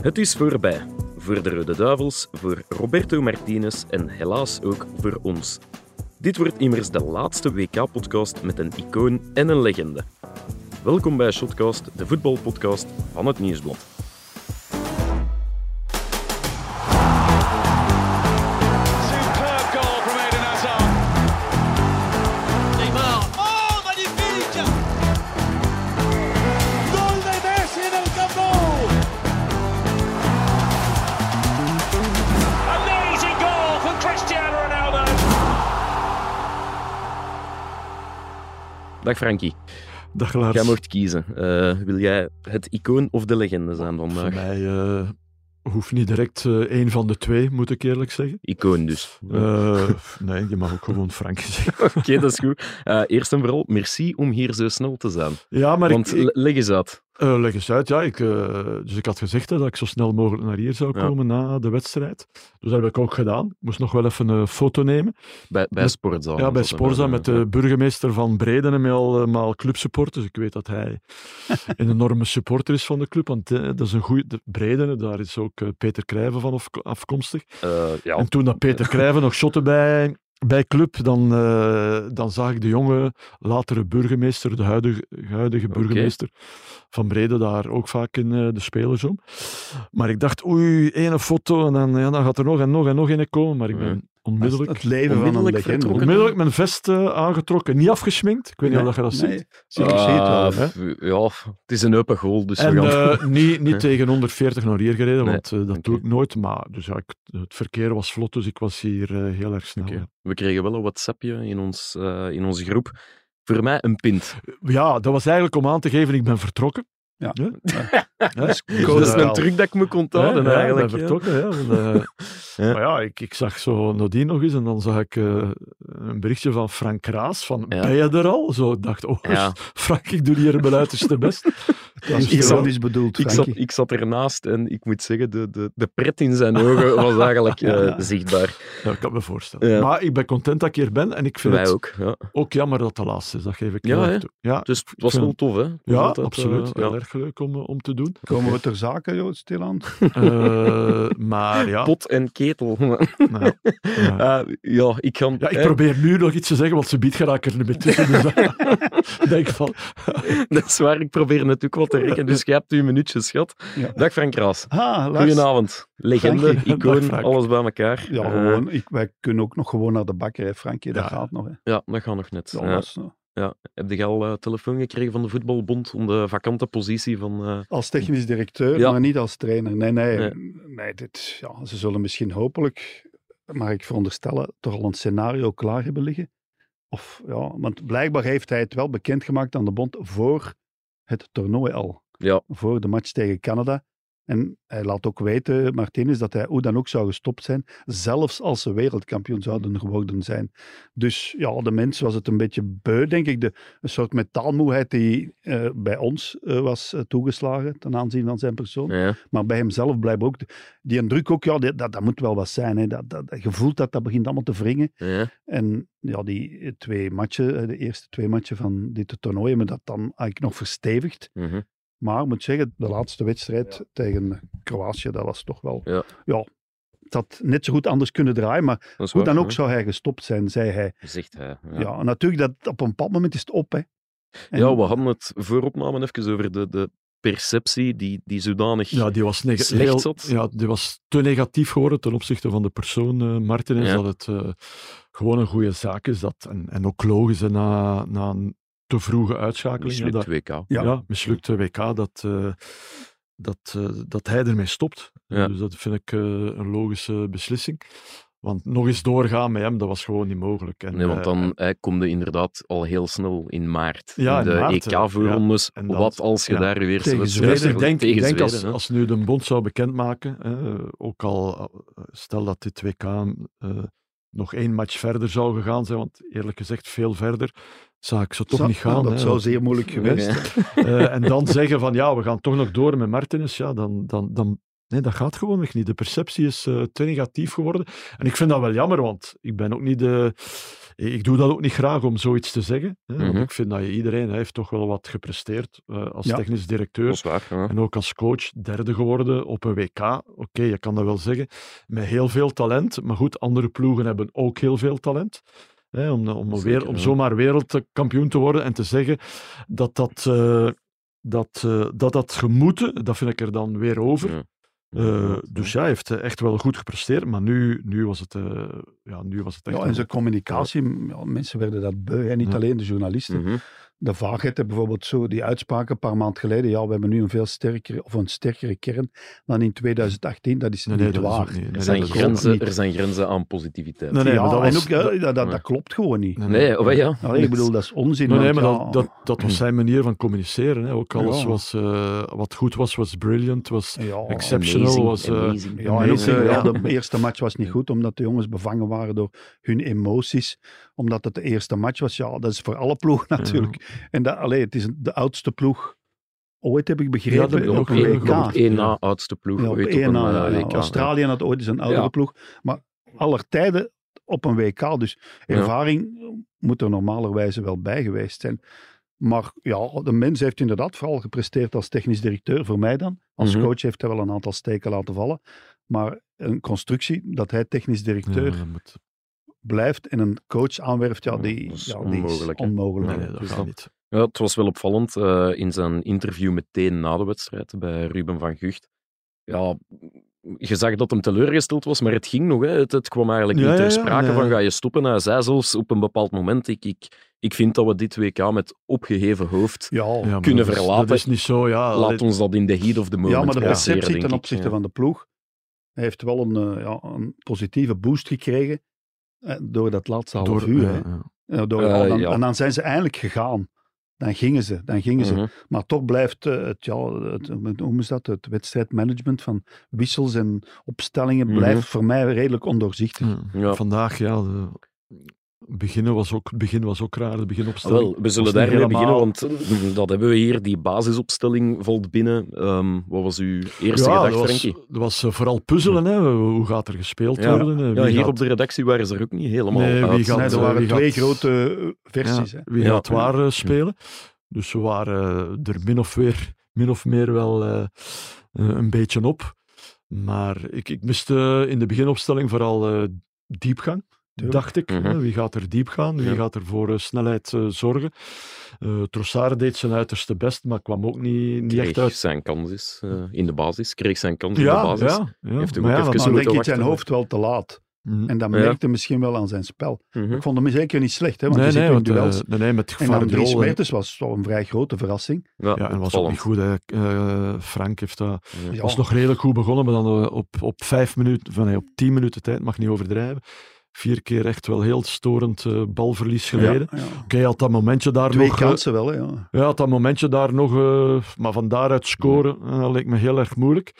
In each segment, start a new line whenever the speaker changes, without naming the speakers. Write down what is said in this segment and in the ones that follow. Het is voorbij. Voor de Rode Duivels, voor Roberto Martinez en helaas ook voor ons. Dit wordt immers de laatste WK-podcast met een icoon en een legende. Welkom bij Shotcast, de voetbalpodcast van het Nieuwsblad.
Superb goal from Eden Hazard.
Neymar. Oh, magnifique
Gol de Messi en el Camp Nou. Amazing goal from Cristiano Ronaldo.
Dag Frankie,
Dag Lars.
jij mocht kiezen. Eh, wil jij het icoon of de legende zijn
Voor
vandaag?
mij eh, hoeft niet direct eh, één van de twee, moet ik eerlijk zeggen.
Icoon dus.
Eh, nee, je mag ook gewoon Frank zeggen.
Oké, dat is goed. Eh, eerst en vooral, merci om hier zo snel te zijn.
Ja, maar
Want
ik, ik-
le- leg eens uit.
eh, leg eens uit. Ja, ik, eh, dus ik had gezegd hè, dat ik zo snel mogelijk naar hier zou
Ja.
komen na de wedstrijd. Dus dat heb ik ook gedaan. Ik moest nog wel even een foto nemen.
Bij, bij
Met-
Sportzaal.
ja, bij
Zat er
Sporza
een-
met de burgemeester van Breden en met allemaal eh, clubsupporters. Ik weet dat hij een enorme supporter is van de club. Want eh, dat is een goede... Breden, daar is ook eh, Peter Krijven van afk- afkomstig.
Eh, ja,
En toen dat Peter Krijven nog shotte bij, bij Club, dan, eh, dan zag ik de jonge, latere burgemeester, de huidige, huidige burgemeester van Brede, daar ook vaak in eh, de spelers om. Maar ik dacht, oei, ene foto en dan, ja, dan gaat er nog en nog en nog een komen. Maar ik ben
Ja.
onmiddellijk,
Het leven van een
Onmiddellijk
legende.
vertrokken.
onmiddellijk mijn vest eh, aangetrokken, niet afgesminkt. Ik weet niet of dat je dat
Nee,
ziet.
zeker zie je het wel.
Ah, f- ja, f- het is een open goal, dus
En
we gaan...
eh, niet, niet
Ja.
tegen 140 naar hier gereden,
Nee,
want eh, dat doe
oké.
ik nooit. Maar dus, ja, ik, het verkeer was vlot, dus ik was hier eh, heel erg snel.
Oké.
ja.
We kregen wel een WhatsAppje in, ons, eh, in onze groep. Voor mij een pint.
Ja, dat was eigenlijk om aan te geven, ik ben vertrokken.
Ja.
Ja.
Dus dat is
wel.
een truc dat ik me kon
Ja,
onthouden,
ja,
eigenlijk.
ik ben
ja.
vertrokken, ja. Want, eh,
Ja.
Maar ja, ik, ik zag zo Nadine nog eens en dan zag ik eh, een berichtje van Frank Kraas van,
Ja.
ben je er al? Zo, ik dacht, oh,
Ja.
Frank, ik doe hier mijn uiterste best. Dat
Dat
is
is
wel-
ironisch bedoeld,
Ik zat,
Frankie.
ik zat ernaast en ik moet zeggen, de, de, de pret in zijn ogen was eigenlijk eh,
Ja.
zichtbaar.
Ja, ik kan me voorstellen.
Ja.
Maar ik ben content dat ik hier ben en ik vind
Wij
het ook.
ook. Ja.
jammer dat het de laatste is, dat geef ik
Ja,
heel erg
hè?
toe. Ja,
Dus het was
vind
wel
het-
tof, hè? Het was
ja
altijd, eh,
absoluut.
ja.
Heel erg leuk om, eh, om te doen.
Komen we ter zake, Joost, stilaan?
Eh, maar ja,
Pot en ketel.
nou, ja.
Eh, ja, ik kan...
Ja, ik
eh,
probeer nu nog iets te zeggen, want ze biedt ga ik er niet meer tussen. Dus dan denk ik van,
Dat is waar, ik probeer natuurlijk wat te rekken. Dus jij hebt uw minuutjes gehad.
Ja.
Dag Frank Raas.
Ah, Lars.
Goedenavond. Legende,
Frankie.
icoon,
Dag, Frank.
alles bij elkaar.
Ja,
Eh,
gewoon. Ik, wij kunnen ook nog gewoon naar de bakker, hè, Frankie. Dat
Ja.
gaat nog, hè.
ja, dat gaat nog net.
Ja,
Ja.
Lars, nou.
Heb je al eh, telefoon gekregen van de voetbalbond om de vakante positie van... eh,
Als technisch directeur,
Ja.
maar niet als trainer. Nee, nee.
Nee.
nee. dit, ja, ze zullen misschien hopelijk, maar ik veronderstellen, toch al een scenario klaar hebben liggen. Of, ja, want blijkbaar heeft hij het wel bekendgemaakt aan de bond voor het toernooi al.
Ja.
Voor de match tegen Canada. En hij laat ook weten, Martinez, dat hij hoe dan ook zou gestopt zijn, zelfs als ze wereldkampioen zouden geworden zijn. Dus ja, de mens was het een beetje beu, denk ik. De, een soort metaalmoeheid die eh, bij ons eh, was eh, toegeslagen ten aanzien van zijn persoon.
ja.
Maar bij hemzelf blijkbaar ook. de- Die indruk ook, ja, die- dat, dat moet wel wat zijn. Hè. Dat, dat, dat- je voelt dat, dat begint allemaal te wringen.
ja.
En ja, die twee matchen, eh, de eerste twee matchen van dit toernooi, hebben dat dan eigenlijk nog verstevigd.
Mhm.
Maar ik moet zeggen, de laatste wedstrijd tegen Kroatië, dat was toch wel...
Ja.
het had net zo goed anders kunnen draaien, maar
Dat is
hoe
waar,
dan ook
hè.
zou hij gestopt zijn, zei hij.
Zegt hij. Ja.
Ja, natuurlijk, dat, op een bepaald moment is het op. Hè. En-
Ja, we hadden het voor opname even over de, de perceptie die, die zodanig...
ja, die was, neg-
Slecht
heel,
zot.
ja, die was te negatief geworden ten opzichte van de persoon eh Martinez.
Ja.
Dat het eh, gewoon een goede zaak is. Dat, en, en ook logisch hè, na, na een te vroege uitschakeling. hè,
mislukt
dat,
WK.
ja.
Ja.
mislukte WK. Dat, eh, dat, eh, dat hij ermee stopt.
Ja.
Dus dat vind ik eh, een logische beslissing. Want nog eens doorgaan met hem, dat was gewoon niet mogelijk. En,
Nee, want
eh,
dan eh, kom je inderdaad al heel snel in maart.
Ja,
in
in
de
maart, hè.
EK-voorrondes.
Ja, en dan-
Wat als je
ja.
daar weer
Tegen
Ja, dus
Zweden,
ik denk, ik denk als,
Zweden, hè.
als nu de bond zou bekendmaken, hè, ook al eh, stel dat dit WK eh, nog één match verder zou gegaan zijn, want eerlijk gezegd veel verder, zou ik ze toch
Zo-
niet gaan.
Dat
hè,
zou
want,
zeer moeilijk geweest
Ja.
eh, en dan zeggen van ja, we gaan toch nog door met Martinez, ja, dan, dan, dan, nee, dat gaat gewoon echt niet. De perceptie is eh, te negatief geworden. En ik vind dat wel jammer, want ik ben ook niet de... ik doe dat ook niet graag om zoiets te zeggen. Hè,
Mhm.
Want ik vind dat je, iedereen heeft toch wel wat gepresteerd eh, als
Ja.
technisch
Dat
directeur.
is waar. ja.
En ook als coach derde geworden op een WK. Oké, je kan dat wel zeggen. Met heel veel talent. Maar goed, andere ploegen hebben ook heel veel talent. Hè, om om,
Zeker,
weer, om
ja.
zomaar wereldkampioen te worden en te zeggen dat dat, eh, dat, eh, dat, dat gemoeten, dat vind ik er dan weer over.
Ja.
Eh, dus ja, hij heeft eh, echt wel goed gepresteerd. Maar nu, nu, was, het, eh, ja, nu was het echt...
Ja,
wel-
en zijn communicatie, ja, mensen werden dat beu. En niet
Ja.
alleen de journalisten.
Mhm.
De vaagheid, hè, bijvoorbeeld zo, die uitspraken een paar maanden geleden. Ja, we hebben nu een veel sterkere, of een sterkere kern dan in 2018. Dat is
Nee, nee,
niet
dat is ook
waar.
niet- nee,
Er
nee,
zijn,
dat is ook
grenzen,
niet.
er zijn grenzen aan positiviteit.
Nee, nee,
ja,
maar dat
en
was-
ook, ja,
dat-
dat, dat,
nee.
klopt gewoon niet.
Nee,
Nee, oh, ja.
Allee, ik bedoel, dat is onzin.
Nee, nee,
want
maar
ja,
dat, dat, dat was zijn manier van communiceren. Hè. Ook alles
Ja.
was, eh, wat goed was, was brilliant, was
ja,
exceptional.
Amazing,
was, eh,
amazing.
Ja, en ook,
Amazing,
eh,
ja.
ja, de eerste match was niet goed, omdat de jongens bevangen waren door hun emoties. Omdat het de eerste match was. Ja, dat is voor alle ploeg natuurlijk. En dat, allee, het is de oudste ploeg ooit, heb ik
Ja, dat
begrepen,
heb ik
op
ook
een
begrepen,
WK.
klopt.
Op één
Ja.
na oudste ploeg.
Ja, op
ooit
één
een,
na,
eh,
ja.
WK.
Australië had ooit eens een oudere
Ja.
ploeg, maar aller tijden op een WK. Dus
Ja.
ervaring moet er normalerwijze wel bij geweest zijn. Maar ja, de mens heeft inderdaad vooral gepresteerd als technisch directeur, voor mij dan. Als
Mhm.
coach heeft hij wel een aantal steken laten vallen. Maar een constructie dat hij technisch directeur
Ja, dat moet-
blijft en een coach aanwerft, ja,
Ja,
die,
dat is
ja, die
onmogelijk,
is
hè.
onmogelijk.
nee, nee, dat
Dus
gaat
dat-
niet.
Ja, het was wel opvallend eh, in zijn interview meteen na de wedstrijd bij Ruben van Gucht. Ja, je zag dat hem teleurgesteld was, maar het ging nog. Hè. Het, het kwam eigenlijk
Ja,
niet ter
ja, ja,
sprake
nee.
van ga je stoppen. Hij zei zelfs op een bepaald moment, ik, ik, ik vind dat we dit WK met opgeheven hoofd,
Ja,
Ja, maar
kunnen
dat is-
verlaten.
Ah, Dat is niet zo, ja.
laat ons dat in the heat of the moment
Ja, maar de
passeren,
perceptie
denk
ten
ik.
opzichte
Ja.
van de ploeg hij heeft wel een, eh, ja, een positieve boost gekregen eh, door dat laatste half uur.
ja,
hè.
ja.
Eh, door,
Eh,
al dan-
ja.
En dan zijn ze eindelijk gegaan. Dan gingen ze, dan gingen ze.
Mhm.
Maar toch blijft eh, het, ja, het, hoe is dat, het wedstrijdmanagement van wissels en opstellingen
Mhm.
blijft voor mij redelijk ondoorzichtig.
Ja.
Ja.
Vandaag, ja. de- beginnen was ook, het begin was ook raar, de beginopstelling.
Wel, we zullen
niet
daarmee
helemaal-
beginnen, want eh, dat hebben we hier. Die basisopstelling valt binnen. Ehm, wat was uw eerste
ja,
gedachte,
dat was,
Frankie?
dat was eh, vooral puzzelen, hè. Hoe gaat er gespeeld
Ja.
worden? eh,
Ja,
wie
hier
gaat-
op de redactie waren ze er ook niet helemaal
Nee, wie
uit.
gaat-
Nee,
eh,
er waren
wie
twee
gaat-
grote eh, versies.
Ja,
hè.
wie
Ja.
gaat waar eh, spelen. Dus we waren eh, er min of, weer, min of meer wel eh, eh, een beetje op. Maar ik, ik miste in de beginopstelling vooral eh, diepgang,
Tuurlijk.
dacht ik.
Mhm.
hè. Wie gaat er diep gaan? Wie
Ja.
gaat er voor eh, snelheid eh, zorgen? Eh Trossard deed zijn uiterste best, maar kwam ook niet, niet echt
kreeg
uit.
zijn kans is, eh, in de basis. Kreeg zijn kans in de
Ja,
basis.
ja, ja.
Heeft hem ook
Maar ja,
even
dat-
Maar
moeten
denk ik
wachten,
zijn
hè.
hoofd wel te laat.
Mhm.
En dat
Ja.
merkte misschien wel aan zijn spel.
Mhm.
Ik vond hem zeker niet slecht, hè, want
Nee,
hij
nee,
zit in
want, eh,
duels.
nee, nee, met
en dan
gevaar
Dries Mertens was toch een vrij grote verrassing.
Ja,
Ja, en was ook
opvallend.
niet goed. Hè. Eh, Frank heeft dat
Ja.
was nog redelijk goed begonnen, maar dan eh, op, op vijf minuten, van, nee, op tien minuten tijd, mag niet overdrijven. Vier keer echt wel heel storend eh, balverlies
Ja,
geleden.
ja.
Oké, hij had dat momentje daar
Twee
nog... eh,
kansen wel, hè, ja.
ja, had dat momentje daar nog, eh, maar van daaruit scoren eh, dat leek me heel erg moeilijk.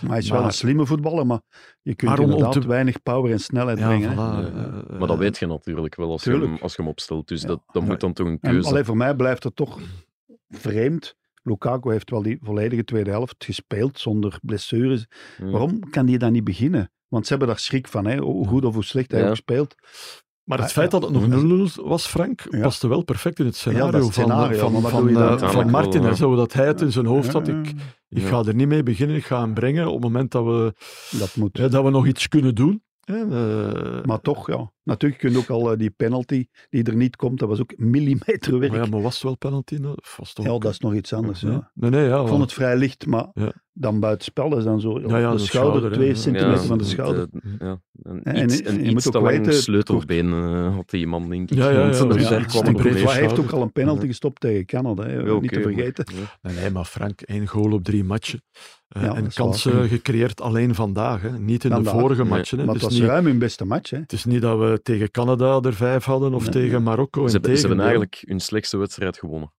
Maar hij is wel
Maar-
een slimme voetballer, maar je kunt
Maar om- om
inderdaad
te-
weinig power en snelheid brengen. hè.
voilà,
Ja,
eh,
Maar dat weet je natuurlijk wel als, je hem,
Tuurlijk.
als je hem opstelt. Dus
Ja.
dat, dat moet dan toch een
En,
keuze
allee, voor mij blijft het toch vreemd. Lukaku heeft wel die volledige tweede helft gespeeld zonder blessures.
Ja.
Waarom kan hij dan niet beginnen? Want ze hebben daar schrik van, hè? hoe goed of hoe slecht hij
Ja.
ook speelt.
Maar het
Ja,
feit
Ah, ja.
dat het nog 0-0 was, Frank,
Ja.
paste wel perfect in het scenario,
Ja, dat is het scenario,
van,
maar
van,
wat
van,
doe je dan
eh,
uiteindelijk
van Martin.
wel,
hè,
ja.
zo dat hij het in zijn hoofd had.
Ja,
Ik, ik
Ja.
ga er niet mee beginnen, ik ga hem brengen op het moment dat we,
Dat moet.
ja, dat we nog iets kunnen doen. hè, eh,
Maar toch, ja. Natuurlijk kun je ook al eh, die penalty die er niet komt, dat was ook millimeterwerk.
Maar
Ja,
ja, maar was het wel penalty? nou? Of was het ook-
dat is nog iets anders.
Nee,
Ja.
nee, nee, ja.
Ik vond het vrij licht, maar
Ja.
dan buitenspel is dan zo.
Ja, ja,
de
de
schouder,
schouder,
twee
ja.
centimeter
Ja,
van de
dat-
schouder.
eh, ja. Een
En-
iets,
en
een
je moet
iets
ook
te lang
weten,
sleutelbeen eh, had die man, denk ik.
Ja, ja, ja.
Want, eh,
Ja,
daar
het is
kwam
een
het op
breed-
neer.
Hij heeft ook
schouder.
al een penalty
Ja.
gestopt tegen Canada, hè.
Ja,
niet te
oké, maar-
vergeten.
ja.
Nee, nee, maar Frank, één goal op drie matchen. Eh,
Ja, dat
en
is waar. Hm.
kansen gecreëerd alleen vandaag, hè. niet in
Vandaag.
de vorige
Nee.
matchen. Hè.
Maar
het,
het
is
was
niet,
ruim hun beste match. Hè.
het is niet dat we tegen Canada er vijf hadden of
Nee,
tegen
nee.
Marokko.
Ze, hebben- ze hebben
integendeel.
eigenlijk hun slechtste wedstrijd gewonnen.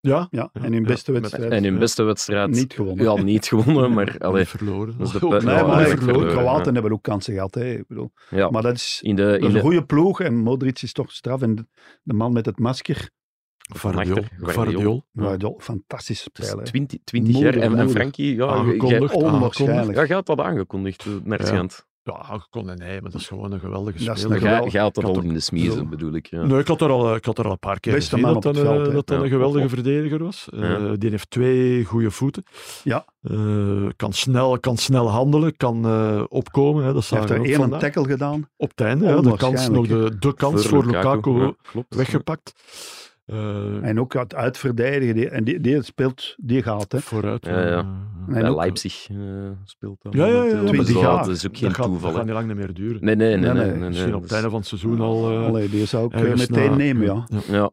ja,
Ja,
Ja,
en hun
ja,
beste
met-
wedstrijd.
En hun
ja.
beste wedstrijd
Niet gewonnen.
ja, niet gewonnen, maar allee,
en verloren. Oh,
dat is de
Ook
pe-
niet,
Nee,
Ja,
maar
eigenlijk
nee,
verloren,
de Kroaten hebben ook kansen gehad. Hè. Ik bedoel.
ja.
Maar dat is,
in de,
dat
in
is een
de,
goede ploeg. En Modric is toch straf. En de, de man met het masker,
Vardiol.
Achter,
Vardiol.
Guardiola, fantastisch
het is
spelen. hè.
20, 20 dus jaar.
Moeder,
En, en
moeder.
Frankie, ja, jij- Ah,
Aangekondigd.
onwaarschijnlijk.
Ja, jij had dat aangekondigd, eh, naar het
Ja.
schijnt.
Ja, ik kon en hij, maar dat is gewoon een geweldige
Dat
speler.
is
Maar
een
jij
wel-
gaat dat
ik had
al in de smiezen, bedoel ik. Ja.
Nee, ik had er al, eh, ik had er al een paar keer
Beste
gezien
man
dat
op
dat,
het veld,
een-
hè.
dat dat
Ja,
een geweldige
of-
verdediger was.
Ja.
Eh, die heeft twee goede voeten.
Ja.
Eh, kan, snel, kan snel handelen, kan eh, opkomen. Hè. Dat
Hij
zagen
heeft
we
er
ook
één een
vandaag.
tackle gedaan.
Op het einde, hè, de kans, nog
Onwaarschijnlijk,
de, de kans voor Lukaku,
ja, klopt.
weggepakt. Eh,
En ook gaat uitverdedigen. Die, en die, die speelt, die gaat. Hè.
vooruit.
Ja, ja.
eh,
En
Bij
ook-
Leipzig eh, speelt dat.
Ja, ja, ja,
momenteel,
ja,
maar
twintig
zo,
jaar.
Dat is ook geen
dat, gaat, dat
toeval.
gaat
hè.
niet lang meer duren.
Nee, nee, nee.
Nee,
nee,
nee,
nee,
Misschien
nee,
op het
dat is-
einde van het seizoen al. eh,
Allee, die zou ik eh,
ergens
meteen
na-
nemen, ja.
Ja.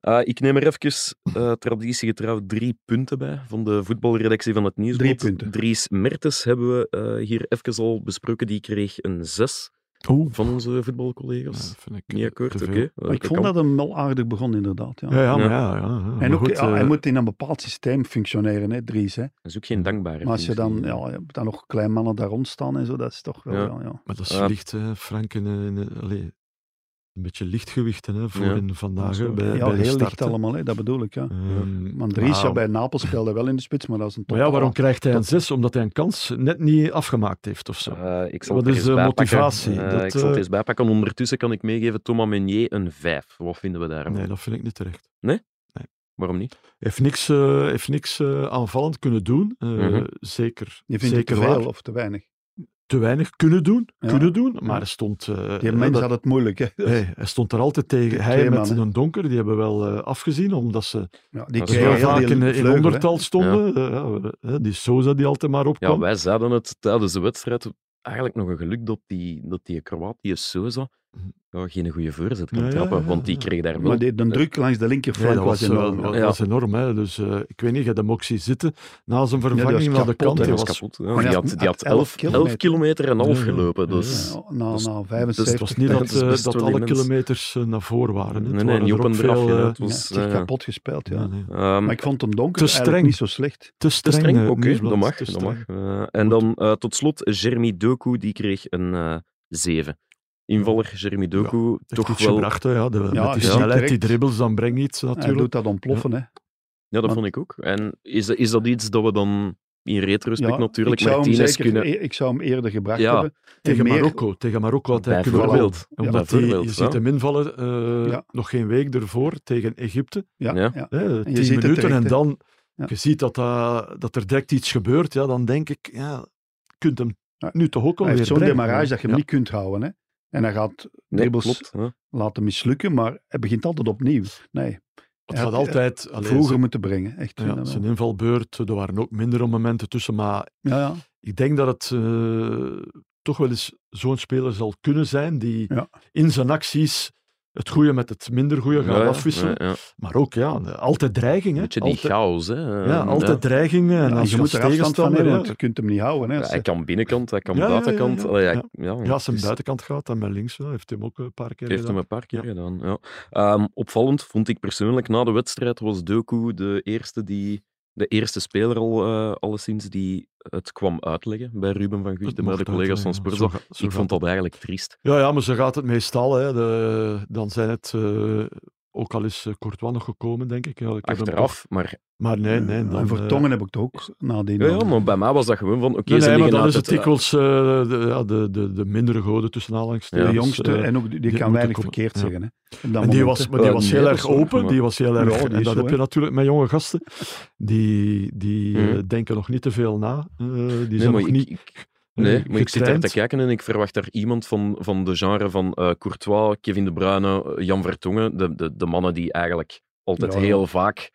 Eh, ik neem er even eh, traditiegetrouw drie punten bij van de voetbalredactie van het Nieuwsblad.
Drie punten.
Dries Mertens hebben we eh, hier even al besproken. Die kreeg een zes
Oeh,
van onze
ja,
voetbalcollega's.
dat Eh, vind ik
Niet
te
akkoord, oké.
veel.
Eh,
Maar ik vond
kan.
dat hem wel aardig begon, inderdaad. Ja.
Ja, ja, maar
Ja.
ja. ja, ja.
en
Maar
ook,
goed,
ja, hij
eh,
moet in een bepaald systeem functioneren, hè, Dries. Hè.
Dat is ook geen dankbare
Maar als je dan,
functie.
eh,
ja, je hebt dan nog klein mannen daar rond staan en zo, dat is toch wel...
Ja.
Ja. Ja,
Maar dat is
Ja.
licht, hè, Frank. En, eh, en, eh, allee, een beetje lichtgewichten hè, voor
Ja.
in vandaag
Zo,
hè, bij,
ja,
bij de
heel
start.
licht allemaal, hè, dat bedoel ik. Ja. Maar Dries,
Dries
ja, bij Napels speelde wel in de spits, maar dat is een top.
Maar ja, waarom krijgt hij een 6? Omdat hij een kans net niet afgemaakt heeft of zo.
Eh, ik zal
Wat
het er
is
eens
de
bijpakken.
motivatie?
Eh,
Dat,
ik zal het
eh,
eens bijpakken. Ondertussen kan ik meegeven Thomas Meunier een 5. Wat vinden we daarvan?
Nee, dat vind ik niet terecht.
Waarom niet?
Hij heeft niks, eh, heeft niks eh, aanvallend kunnen doen. eh,
Mhm.
Zeker,
Je vindt het
zeker
te veel
waar.
of te weinig.
Te weinig kunnen doen,
Ja.
kunnen doen maar
Ja.
hij stond... eh,
Die
eh,
mens
dat-
had het moeilijk. Hè.
hey, hij stond er altijd tegen. Hij
twee
met
mannen.
een donker, die hebben wel eh, afgezien, omdat ze
Ja, die
Dat is
Ze
Ja,
kreeg
wel
heel
heel
vaak
die
in, in
vleugel, hè.
ondertal stonden. eh, Ja. eh, die Souza die altijd maar
Ja,
opkwam.
wij zeiden het tijdens de wedstrijd. Eigenlijk nog een geluk dat die, dat die Kroaat, die Souza, ja, geen goede voorzet kan
Ja, ja,
trappen.
ja,
Want die
ja.
kreeg daar wel
Maar die, de druk langs de
Nee,
linkerflank
dat
was
was, eh,
enorm.
dat
ja.
ja.
was enorm. Hè. Dus eh, ik weet niet, je de mocht zien zitten na zijn
was
vervanging naar de
kapot,
kant.
Die
hè.
Hij
was
was,
kapot. hè.
Maar
die
ja,
had, die had
elf
11
kilometer.
kilometer en half
Ja, ja.
gelopen. Dus.
Ja, na,
dus-
na
dus
75
het was niet dat,
is
eh,
best
dat
wel
alle
immers.
kilometers eh, naar voren waren. hè.
Nee,
Het
nee,
waren
niet
er
op en
ook
eraf.
veel,
ja,
eh,
het was,
ja, het is
eh,
kapot gespeeld, ja.
ja, nee.
ehm,
Maar ik vond hem donker
Te
eigenlijk
streng.
niet zo slecht.
Te
te
streng,
streng,
eh,
oké, dat
Nieuwsblad,
mag.
te
Dat
streng.
mag. Eh, en dan eh, tot slot, Jeremy Doku, die kreeg een eh 7. Invaller Jeremy Doku,
Heeft
toch
iets
wel...
gebracht, hè, ja, de, met
hij
die
is
snelheid,
direct.
die dribbles, dan breng je iets
Hij doet
natuurlijk.
dat ontploffen, hè.
Ja, dat
Maar-
vond ik ook. En is, dat- is dat iets dat we dan in retrospect
Ja,
natuurlijk
ik zou hem
Martinez
zeker-
kunnen...
e- Ik zou hem eerder gebracht
Ja,
hebben.
Tegen
En meer-
Marokko, tegen Marokko had hij kunnen
Bijvoorbeeld.
voetballen.
Ja,
Omdat hij-
bijvoorbeeld,
je
ja.
ziet hem invallen, eh,
Ja.
nog geen week ervoor, tegen Egypte.
Ja,
Ja.
ja.
Hè,
je
tien
ziet het
minuten
direct,
en
hè.
dan
Ja.
je ziet dat, dat, dat er direct iets gebeurt, ja, dan denk ik, ja, je kunt hem
Ja.
nu toch ook
Hij
alweer
heeft zo'n
brengen.
demarrage dat je hem
Ja.
niet kunt houden, hè. En hij gaat
Nee,
dribbles
klopt. Ja.
laten mislukken, maar hij begint altijd opnieuw. Nee,
Het
Hij
gaat
had-
altijd... allee,
vroeger
zijn-
moeten brengen. Echt, vind
ja,
dat wel.
zijn invalbeurt, er waren ook mindere momenten tussen, maar
ja, ja.
ik denk dat het eh, toch wel eens zo'n speler zal kunnen zijn die
Ja.
in zijn acties het goede met het minder goede gaat
Ja,
afwisselen.
ja, ja.
Maar ook, ja, altijd dreiging. Hè?
Beetje die
altijd,
chaos, hè. Eh,
ja, altijd dreiging. eh, En
Ja,
als
je moet er afstand van
tegenstander...
hebben,
ja.
want je kunt hem niet houden. Hè.
Ja,
Als-
hij kan binnenkant, hij kan
Ja, ja, ja,
buitenkant.
ja.
Allee, hij-
Ja.
ja,
Ja, als hij
het is-
buitenkant gaat, dan met links. ja, heeft hem ook een paar keer
heeft
gedaan.
hem een paar keer gedaan. Ja. Ehm, opvallend vond ik persoonlijk na de wedstrijd was Doku de eerste, die, de eerste speler al, eh, alleszins die het kwam uitleggen bij Ruben van
Dat
Gucht en bij de
mocht
collega's van
uit, ja, ja.
Sporza.
Zo ga- zo
Ik
gaat
vond
het.
dat eigenlijk triest.
Ja, ja, maar zo gaat het meestal. Hè. De, dan zijn het... eh, ook al is eh, Courtois nog gekomen, denk ik. Ja, ik heb hem toch-
Achteraf, maar,
maar nee, nee. Dan,
en
eh,
voor tongen heb ik het ook nadien.
ja, ja,
nog.
maar bij mij was dat gewoon van, oké,
nee,
ze
nee, maar
liggen
dan
uit
is het
het-
dikwijls eh, de, ja, de, de, de mindere goden tussen
Ja,
aanhalingstekens.
de
dus,
jongste,
eh,
en ook die, die
die
kan
moet
weinig
ook-
verkeerd
ja.
zeggen. Hè. Op dat
en die
moment,
was,
hè.
maar die
Eh,
was
nee,
heel
dat
erg
is waar,
open.
maar-
Die was heel erg
Ja,
open.
die
En
is
dat
zo,
heb je
hè.
natuurlijk met jonge gasten. Die, die eh,
Mhm.
denken nog niet te veel na. eh, die
Nee,
zijn
maar
nog
ik-
niet
ik-
eh,
Nee, maar ik zit daar
getraind.
te kijken en ik verwacht daar iemand van, van de genre van eh, Courtois, Kevin De Bruyne, eh, Jan Vertongen, de, de, de mannen die eigenlijk altijd
Ja, ja.
heel vaak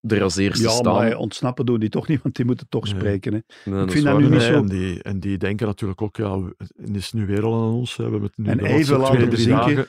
er als eerste
Ja,
staan.
maar hij ontsnappen doen die toch niet, want die moeten toch
Nee.
spreken. Hè.
Nee,
ik
dat is
vind dat
waar.
nu niet
Nee,
zo.
En die, en die denken natuurlijk ook, ja, we- het is nu weer al aan ons. hè. We hebben het nu
En
de
even
laatste
laten
twee,
we
drie
zinken.
dagen.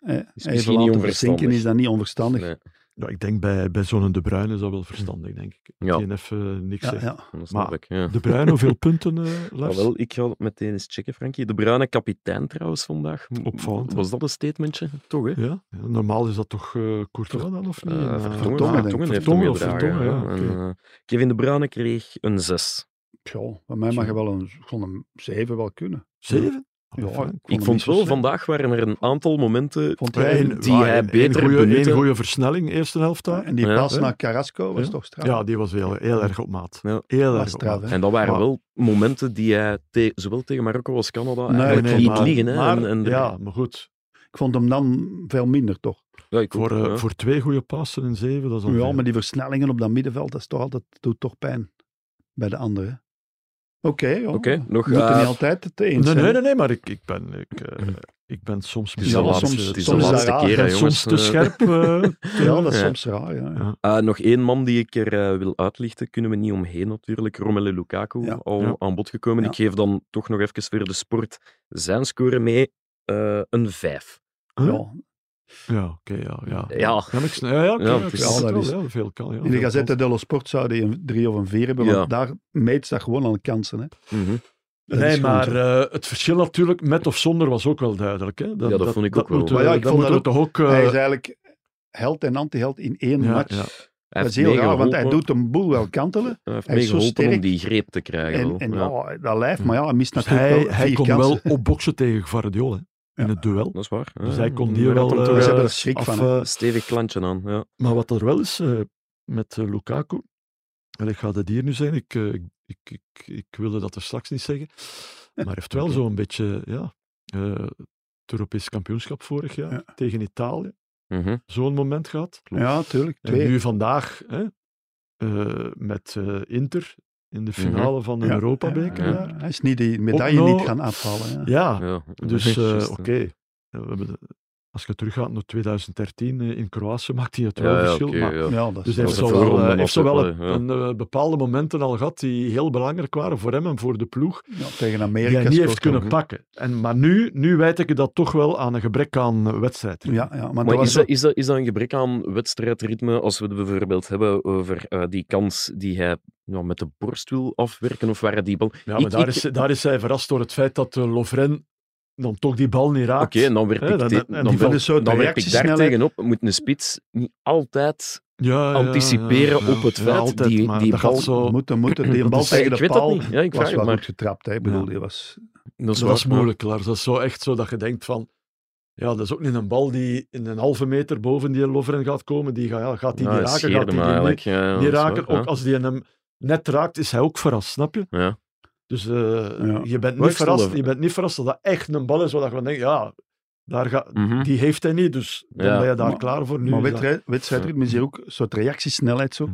Eh,
misschien
Even
niet
laten
onverstandig.
verzinken is dat niet onverstandig.
Nee,
Ja, ik denk bij, bij zo'n De Bruyne is dat wel verstandig, denk ik.
Ja.
Die even eh, niks
Ja,
zegt.
ja.
dat snap
Maar
ik. Ja.
De Bruyne, hoeveel punten, eh Lars?
Jawel, ik ga dat meteen eens checken, Frankie. De Bruyne kapitein trouwens vandaag. M-
Opvallend, hè?
Was dat een statementje? Toch, hè?
Ja, ja, normaal is dat toch eh Courtois dan, of niet?
Eh,
En, eh,
Vertongen,
Vertongen, denk
Vertongen
ik.
heeft
Vertongen
hem
of
gedragen,
Vertongen,
ja.
ja,
En, eh, Kevin De Bruyne kreeg een 6.
Tja, bij mij mag je wel een, gewoon een 7 wel kunnen.
Zeven?
Ja, ik vond
Ah, Ik
hem
vond
niet zo
wel,
slecht.
vandaag waren er een aantal momenten
Vond
eh,
hij-
die hij beter
Een
benutte.
goede versnelling, eerste helft daar.
En die
Ja,
pas
hè?
naar Carrasco was
Ja.
toch straf.
Ja, die was heel, heel erg op maat.
Ja.
Heel
Was
erg op
straf,
maat.
hè?
En dat waren
Maar-
wel momenten die hij te- zowel tegen Marokko als Canada
Nee,
eigenlijk
nee,
liet
maar-
liggen. Hè?
maar-
en, en de-
ja, maar goed.
Ik vond hem dan veel minder, toch?
ja, ik
Voor,
ook,
eh,
ja.
voor twee goede passen en zeven, dat is al
Ja,
veel.
maar die versnellingen op dat middenveld, dat is toch altijd, doet toch pijn bij de anderen. Oké, ja.
Oké, nog...
we moeten
eh,
niet altijd het eens
Nee,
zijn.
nee, nee, nee, maar ik, ik, ben, ik, eh, ik ben soms
Het is de
Ja,
laatste,
soms-
het is
soms
de
is
laatste
dat raar,
keer, hè,
en
jongens.
soms te
Eh,
scherp. eh,
Ja, dat is
Ja.
soms raar. Ja.
Ja.
eh, nog één man die ik er eh, wil uitlichten, kunnen we niet omheen natuurlijk. Romelu Lukaku,
Ja.
al
Ja.
aan bod gekomen.
Ja.
Ik geef dan toch nog even weer de sport zijn score mee. eh, een 5.
Huh? Ja,
Ja.
oké, ja. Ja,
Ja.
maar ik, sn- ja, ja, oké,
Ja,
ja,
het
ik
is-
snap het
Ja, dat
wel, ja, veel kan. Ja,
In de
veel
Gazette
kan.
dello Sport zou die een drie of een vier hebben, want
Ja.
daar meet ze dat gewoon aan kansen. Hè.
Mhm.
Dat is
Nee,
gewoon
maar
zo.
eh, het verschil natuurlijk met of zonder was ook wel duidelijk. Hè?
Ja, dat vond ik ook wel.
moeten we-
Maar ja, ik
dat
vond
moeten we toch ook... eh,
hij is eigenlijk held en antiheld in één
ja,
match.
ja.
Hij
Dat
heeft
is heel raar, want hij
meegeholpen-
doet een boel wel kantelen.
hij heeft
hij is zo
meegeholpen om
sterk.
die greep te krijgen.
En,
wel.
en
Ja,
ja, dat lijf, maar ja, hij mist
Dus
natuurlijk
hij,
wel
hij
vier
kon
kansen.
wel opboksen tegen Guardiol hè, in het duel.
Dat is waar.
Dus
Ja,
hij kon die
daar had
wel...
hem
eh,
toch,
Ze
eh,
hebben er schrik
af,
van, hè.
eh,
een stevig klantje aan. Ja.
Maar wat er wel is eh, met eh, Lukaku, en ik ga dat hier nu zeggen, ik, eh, ik, ik, ik, ik wilde dat er straks niet
Eh,
zeggen, maar hij heeft wel zo'n beetje ja, eh, het Europees kampioenschap vorig jaar
Ja.
tegen Italië,
Mhm.
zo'n moment gehad.
Ja, tuurlijk.
En
Twee.
nu vandaag hè, eh, met eh, Inter in de finale van de
Mhm. Ja.
Europa-beker.
Ja,
Ja,
Hij is niet die medaille
Ook nog-
niet gaan afhalen. Ja.
Ja.
dus eh,
Juist,
oké. Ja, we hebben de- als je teruggaat naar 2013 eh, in Kroatië, maakt hij het
Ja,
wel
ja,
verschil.
oké,
maar
ja.
Ja, dat
Dat
is
Dus hij heeft
is een
zowel,
voorronde
eh, heeft
nog,
zowel
hè, ja.
een, eh, bepaalde momenten al gehad die heel belangrijk waren voor hem en voor de ploeg,
ja, tegen
die
Amerika.
hij niet heeft
scoort
kunnen
hij
pakken. En, maar nu, nu wijd ik dat toch wel aan een gebrek aan eh, wedstrijd.
ook. Ja, ja, maar, dat
Maar
was
is
zo-
dat, is, dat, is dat een gebrek aan wedstrijdritme als we het bijvoorbeeld hebben over eh, die kans die hij nou, met de borst wil afwerken of waar hij die bal...
Ja, maar
Ik-
daar,
ik-
is, daar is hij verrast door het feit dat eh, Lovren dan toch die bal niet raakt.
Oké, en dan werp
Ja,
ik,
dan-
te-
en
dan
die
werp-
van- zo'n
dan werp ik daar
reactiesnelheid.
tegenop. Moet een spits niet altijd...
Ja, ja,
Anticiperen op het feit die-
maar
die
dat
bal
gaat zo,
moeten, moeten. Die
Dat
bal
is-
tegen
Eh, ik
de
weet dat
paal
niet. Ja, ik
was
vraag
wel
het,
goed getrapt. Hè. Ik bedoel,
Ja.
die was...
Dat is,
dat
waar,
is
maar-
moeilijk, Lars. Dat is zo echt zo dat je denkt van... Ja, dat is ook niet een bal die in een halve meter boven die Lovren gaat komen. Die gaat, ja, gaat die
Ja,
niet
hij
raken, gaat
scheerde
die
hem
die niet-
eigenlijk. Ja, ja,
die
dat is
raken
waar,
ook
ja.
als die hem net raakt, is hij ook verrast, snap je?
Ja.
Dus eh,
Ja.
je, bent
Maar ik stel
niet verrast,
er-
je bent niet verrast dat dat echt een bal is waar je van denkt, ja, daar ga,
Mhm.
die heeft hij niet, dus dan
Ja.
ben je daar
Maar-
klaar voor nu.
maar
is dat-
wedstrijd, wedstrijdritme is hier ook een soort reactiesnelheid. Zo.
Hm.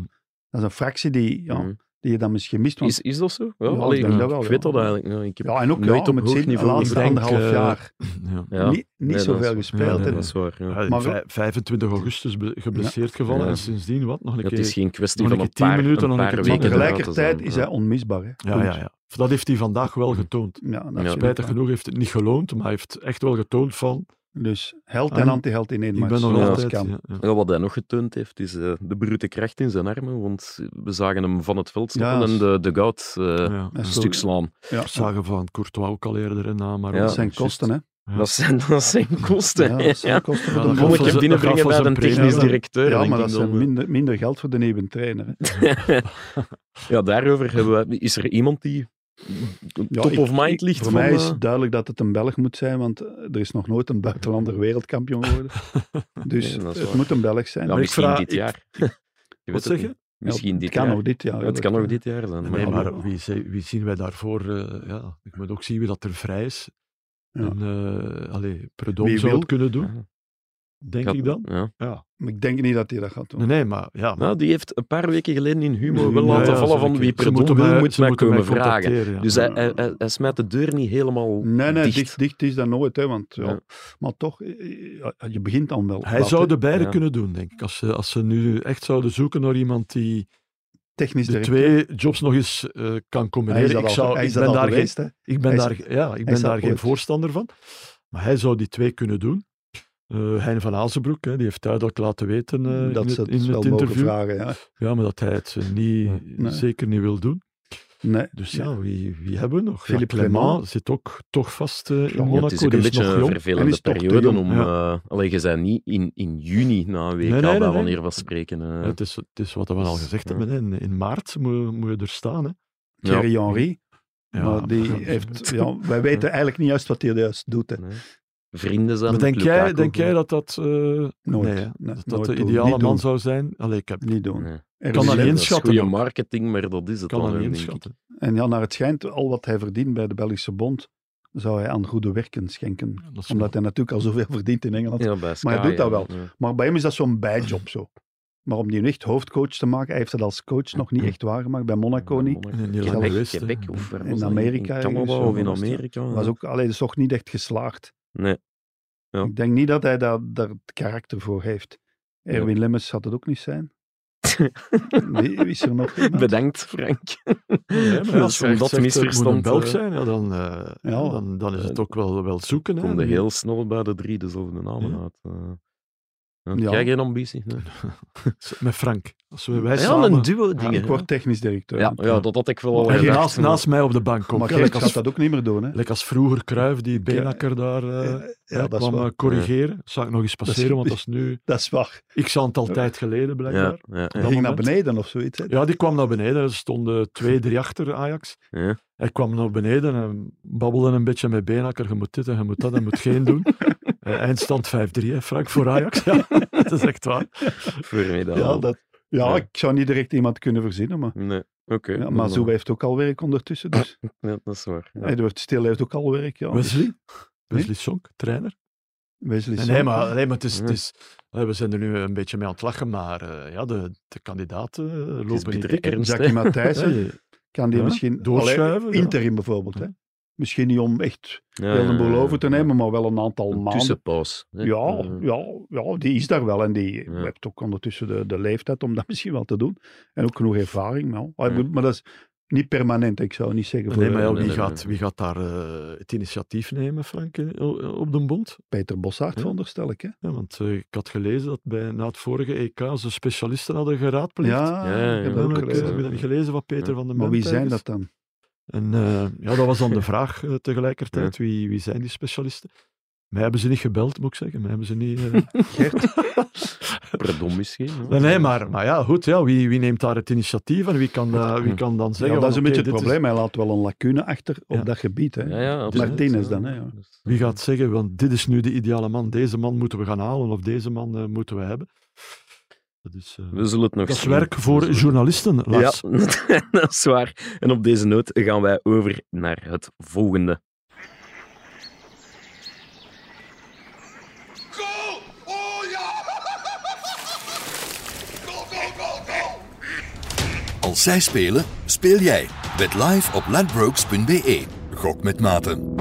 Dat is een fractie die, ja,
Mhm.
die je dan misschien mist. want-
Mm. Is, is dat zo? Ja,
Ja, ik
allee,
denk
ik,
dat wel,
ik weet
ja.
dat eigenlijk. Ja, ik heb
ja, en ook
nooit
ja,
op
met
hoog
zin, de
niveau.
laatste
Ik denk,
anderhalf
eh,
jaar
ja.
ja.
niet, niet
Nee, dat
zoveel
is-
gespeeld.
ja,
en-
dat is waar. Ja.
Ja,
Maar-
vij- 25 augustus be- geblesseerd gevallen
Ja.
en sindsdien wat? Nog een
Dat
keer.
is geen kwestie
nog
van
een
een
keer tien
paar,
minuten,
een
nog een
paar
keer
weken.
twintig.
eruit te
tegelijkertijd
zijn,
is
ja.
hij onmisbaar. Hè.
Ja, ja, ja. Dat heeft hij vandaag wel getoond.
Ja, dat is
Ja.
Spijtig genoeg heeft het niet geloond, maar hij heeft echt wel getoond van,
Dus held en
Ah,
anti-held in één
ik
match.
ben nog
Ja, dat
altijd...
kan.
ja, ja.
Ja, wat hij nog getoond heeft, is eh, de brute kracht in zijn armen. Want we zagen hem van het veld stappen
Ja,
en
s-
de, de goud eh,
Ja.
Dat
een
is
stuk
zo-
slaan.
Ja,
We zagen van Courtois ook al eerder en na, maar...
Ja.
dat zijn kosten, hè.
Ja.
Dat, zijn, dat zijn kosten.
Ja,
Ja,
dat zijn kosten voor de
Ja,
bommetje.
dat gaat voor
Bommetje
zijn- dat
binnenbrengen
gaat
bij
voor
een
zijn
technisch
premie.
directeur.
Ja,
denk
maar
ik
dat
dan.
zijn minder, minder geld voor de nieuwe trainer. hè.
ja, daarover hebben we... Is er iemand die
Ja,
top
ik-
of mind
ik-
ligt?
Voor
van,
mij is
eh,
duidelijk dat het een Belg moet zijn, want eh, er is nog nooit een buitenlander wereldkampioen geworden. Dus
Nee, dat is
het
waar.
moet een Belg
ja,
zijn.
ik
nou, misschien
vraag-
dit
ik-
jaar. Je weet
Wat
het
zeg
niet.
je?
Misschien
Ja,
dit
het kan
jaar.
ook dit jaar.
Ja, het kan nog dit jaar zijn.
Nee,
Ja,
maar
maar-
wie, zi- wie zien wij daarvoor? eh, ja, ik moet ook zien wie dat er vrij is.
Ja.
En, eh allee, Predom
Wie
zou
wil?
het kunnen doen,
Ja.
denk ik dan.
Ja.
Ja.
Maar ik denk niet dat hij dat gaat doen.
Nee, nee, maar... Ja, maar
Nou, die heeft een paar weken geleden in Humo wel
Ja,
laten
ja,
vallen
zo
van
ik-
wie
ze
Predom
moeten
wil,
mij-
moet
ze
mij
moeten
komen
mij
vragen.
contacteren, ja.
Dus hij, hij,
Ja.
hij, hij smijt de deur niet helemaal
Nee, nee,
dicht.
dicht. Dicht, is dat nooit, hè, want, ja.
Ja.
maar toch, eh, ja, je begint dan wel.
Hij
laat, hè.
zou de beide
Ja.
kunnen doen, denk ik. Als ze, als ze nu echt zouden zoeken naar iemand die
technisch
de
directeur.
twee jobs nog eens eh, kan
Hij is
combineren.
dat
Ik,
al-
zou,
hij
ik
is dat
ben
al
daar, geen,
geweest, hè.
ik ben
Hij is-
daar, ja, ik ben
is dat
daar geen
ooit.
voorstander van. Maar hij zou die twee kunnen doen. Eh Hein van Azenbroek, hè, die heeft duidelijk laten weten eh,
Mm, dat
in
ze
het,
het
in
wel
het
mogen
interview.
vragen. Ja.
Ja, maar dat hij het eh, niet,
Nee.
zeker niet wil doen.
Nee.
Dus ja, wie, wie hebben we nog?
Philippe
ja, Clément
Clément.
zit ook toch vast eh, in
Ja, het
Ja, het
Monaco.
is ook een
die is
beetje
nog
een
jong.
En
vervelende
is toch te
periode
jong,
om... eh allee, je bent niet in, in juni na een WK
Nee, nee,
daar
nee,
wanneer
nee.
we spreken. eh.
Ja, het, is, het is wat we
Dus,
al gezegd
ja.
hebben. hè. In, in maart moet, moet je er staan. Hè.
Ja.
Thierry Henry,
Ja,
maar die heeft, ja, wij weten eigenlijk niet juist wat hij juist doet. Hè.
Nee. Vrienden zijn
Maar denk
met
jij,
Lukaku
denk jij
geworden.
dat dat, eh,
Nooit.
nee, hè?
Nee,
dat, dat
nooit
de
doen.
ideale
Niet
man
doen.
zou zijn? Allee, ik heb,
Niet doen.
Nee.
Er
Kan
is
dat
dat
een-
niet
is
inschatten
goede
ook.
marketing, maar dat is het
kan
dan
dat
ook,
niet
denk ik.
inschatten.
En ja, naar het schijnt, al wat hij verdient bij de Belgische Bond, zou hij aan goede werken schenken.
Ja, dat is
Omdat hij natuurlijk al zoveel verdient in Engeland.
Ja, bij Sky,
hij doet dat
ja.
wel. Maar bij hem is dat zo'n bijjob zo. Maar om die nu echt hoofdcoach te maken, hij heeft dat als coach nog niet echt waargemaakt. Bij Monaco niet.
Monaco.
in een
Zelf-
heel
Quebec,
geweest, hè.
Quebec, of waar
In
was dat?
Amerika
In
ergens,
Canada
ja,
of in
was dat.
Amerika. ja.
Was ook, alleen dat is toch niet echt geslaagd.
Nee. Ja.
Ik denk niet dat hij dat, daar het karakter voor heeft. Erwin Lemmens had het ook niet zijn. Wie is er nog iemand?
Bedankt, Frank.
Nee, maar
dat is
als je echt
omdat
zegt, het moet een
misverstand.
Belg
eh,
zijn, ja, dan, eh, ja, dan, dan is het ook wel, wel zoeken. hè.
Kom je heel snel bij de drie dezelfde namen
Ja.
uit. eh. Ja.
Ja.
Jij geen ambitie? Nee.
Met Frank. Als we, wij
Ah, ja,
samen,
een duo dingen.
Ik word technisch directeur.
ja, ja, dat had ik wel al
En
Gerard
gedacht.
naast, naast mij op de bank ook.
maar
hè.
Geert
Lekker
gaat
als,
dat ook niet meer doen. Hè?
lekker als vroeger Kruif die Benakker daar eh,
Eh, ja,
hè,
dat is
kwam
waar.
eh, corrigeren. Dat zou ik nog eens
is-
passeren, want dat is nu
Dat is waar.
x aantal tijd geleden
Ja,
blijkbaar.
ja,
Hij
ja,
dat
ging naar
moment.
beneden of zoiets. Hè?
Ja, die kwam naar beneden. Er stonden twee, drie achter Ajax.
ja.
Hij kwam naar beneden en babbelde een beetje met Benakker. Je moet dit en je moet dat en je moet geen doen. Eh, eindstand 5-3, hè, Frank, voor Ajax. Ja, dat is echt waar.
Formidabel.
Ja, dat, ja,
Ja.
ik zou niet direct iemand kunnen verzinnen, maar,
Nee, oké.
ja,
dan-
maar zo heeft ook al werk ondertussen. Dus.
Ja, dat is waar. Ja.
Edward Stil heeft ook al werk, ja.
Wesley? Wesley Sonk, trainer.
Wesley
Nee,
Song.
nee, maar, nee, maar het is, het
Ja.
is, eh, we zijn er nu een beetje mee aan het lachen, maar eh, ja, de, de kandidaten eh,
is
lopen niet
bittere
dikker.
ernst,
Jackie
hè.
Matthijssen
Ja,
kan die
Ja,
misschien...
doorschuiven,
Allee, interim bijvoorbeeld, hè. Misschien niet om echt
Ja,
heel een
ja,
boel
ja,
over te
ja.
nemen, maar wel een aantal
Een
maanden.
tussenpoos. hè.
Ja,
Eh,
ja, ja, die is daar wel en die
Ja.
heeft ook ondertussen de, de leeftijd om dat misschien wel te doen. En ook genoeg ervaring. Maar, ja.
Ja.
maar dat is niet permanent, ik zou niet zeggen voor
Nee, maar ja,
eh,
nee,
wie,
nee,
gaat,
nee.
wie gaat daar eh, het initiatief nemen, Frank, eh, o- op de bond?
Peter Bossaert,
Ja.
veronderstel ik. Hè?
Ja, want eh, ik had gelezen dat bij, na het vorige EK ze specialisten hadden geraadpleegd.
Ja,
ja,
ik heb
ja.
dat
Dan
ook
heb ik, eh,
gelezen.
heb ik dat niet gelezen van Peter
Ja.
van der
Maar wie zijn
Muntijgers.
dat dan?
En eh, ja, dat was dan de vraag eh, tegelijkertijd. Wie, wie zijn die specialisten? Mij hebben ze niet gebeld, moet ik zeggen. Mij hebben ze niet... eh,
Pardon misschien. hè.
Nee, nee, maar, maar ja, goed, ja, wie, wie neemt daar het initiatief en wie kan, eh, wie kan dan zeggen...
ja, dat is een
van,
beetje het
oké, eh, dit
probleem. Hij laat wel een lacune achter op
Ja.
dat gebied. Hè.
Ja, ja,
Dus-
Martinez dan, hè, ja.
Dus-
wie gaat zeggen, want dit is nu de ideale man, deze man moeten we gaan halen of deze man eh, moeten we hebben. Dat is, eh,
We zullen het nog
dat is
zien.
werk voor
We zullen-
journalisten,
Ja,
Lars.
dat is waar. En op deze noot gaan wij over naar het volgende.
Goal! Oh yeah! goal, goal, goal, goal!
Als zij spelen, speel jij. Bet live op ladbrokes.be. Gok met maten.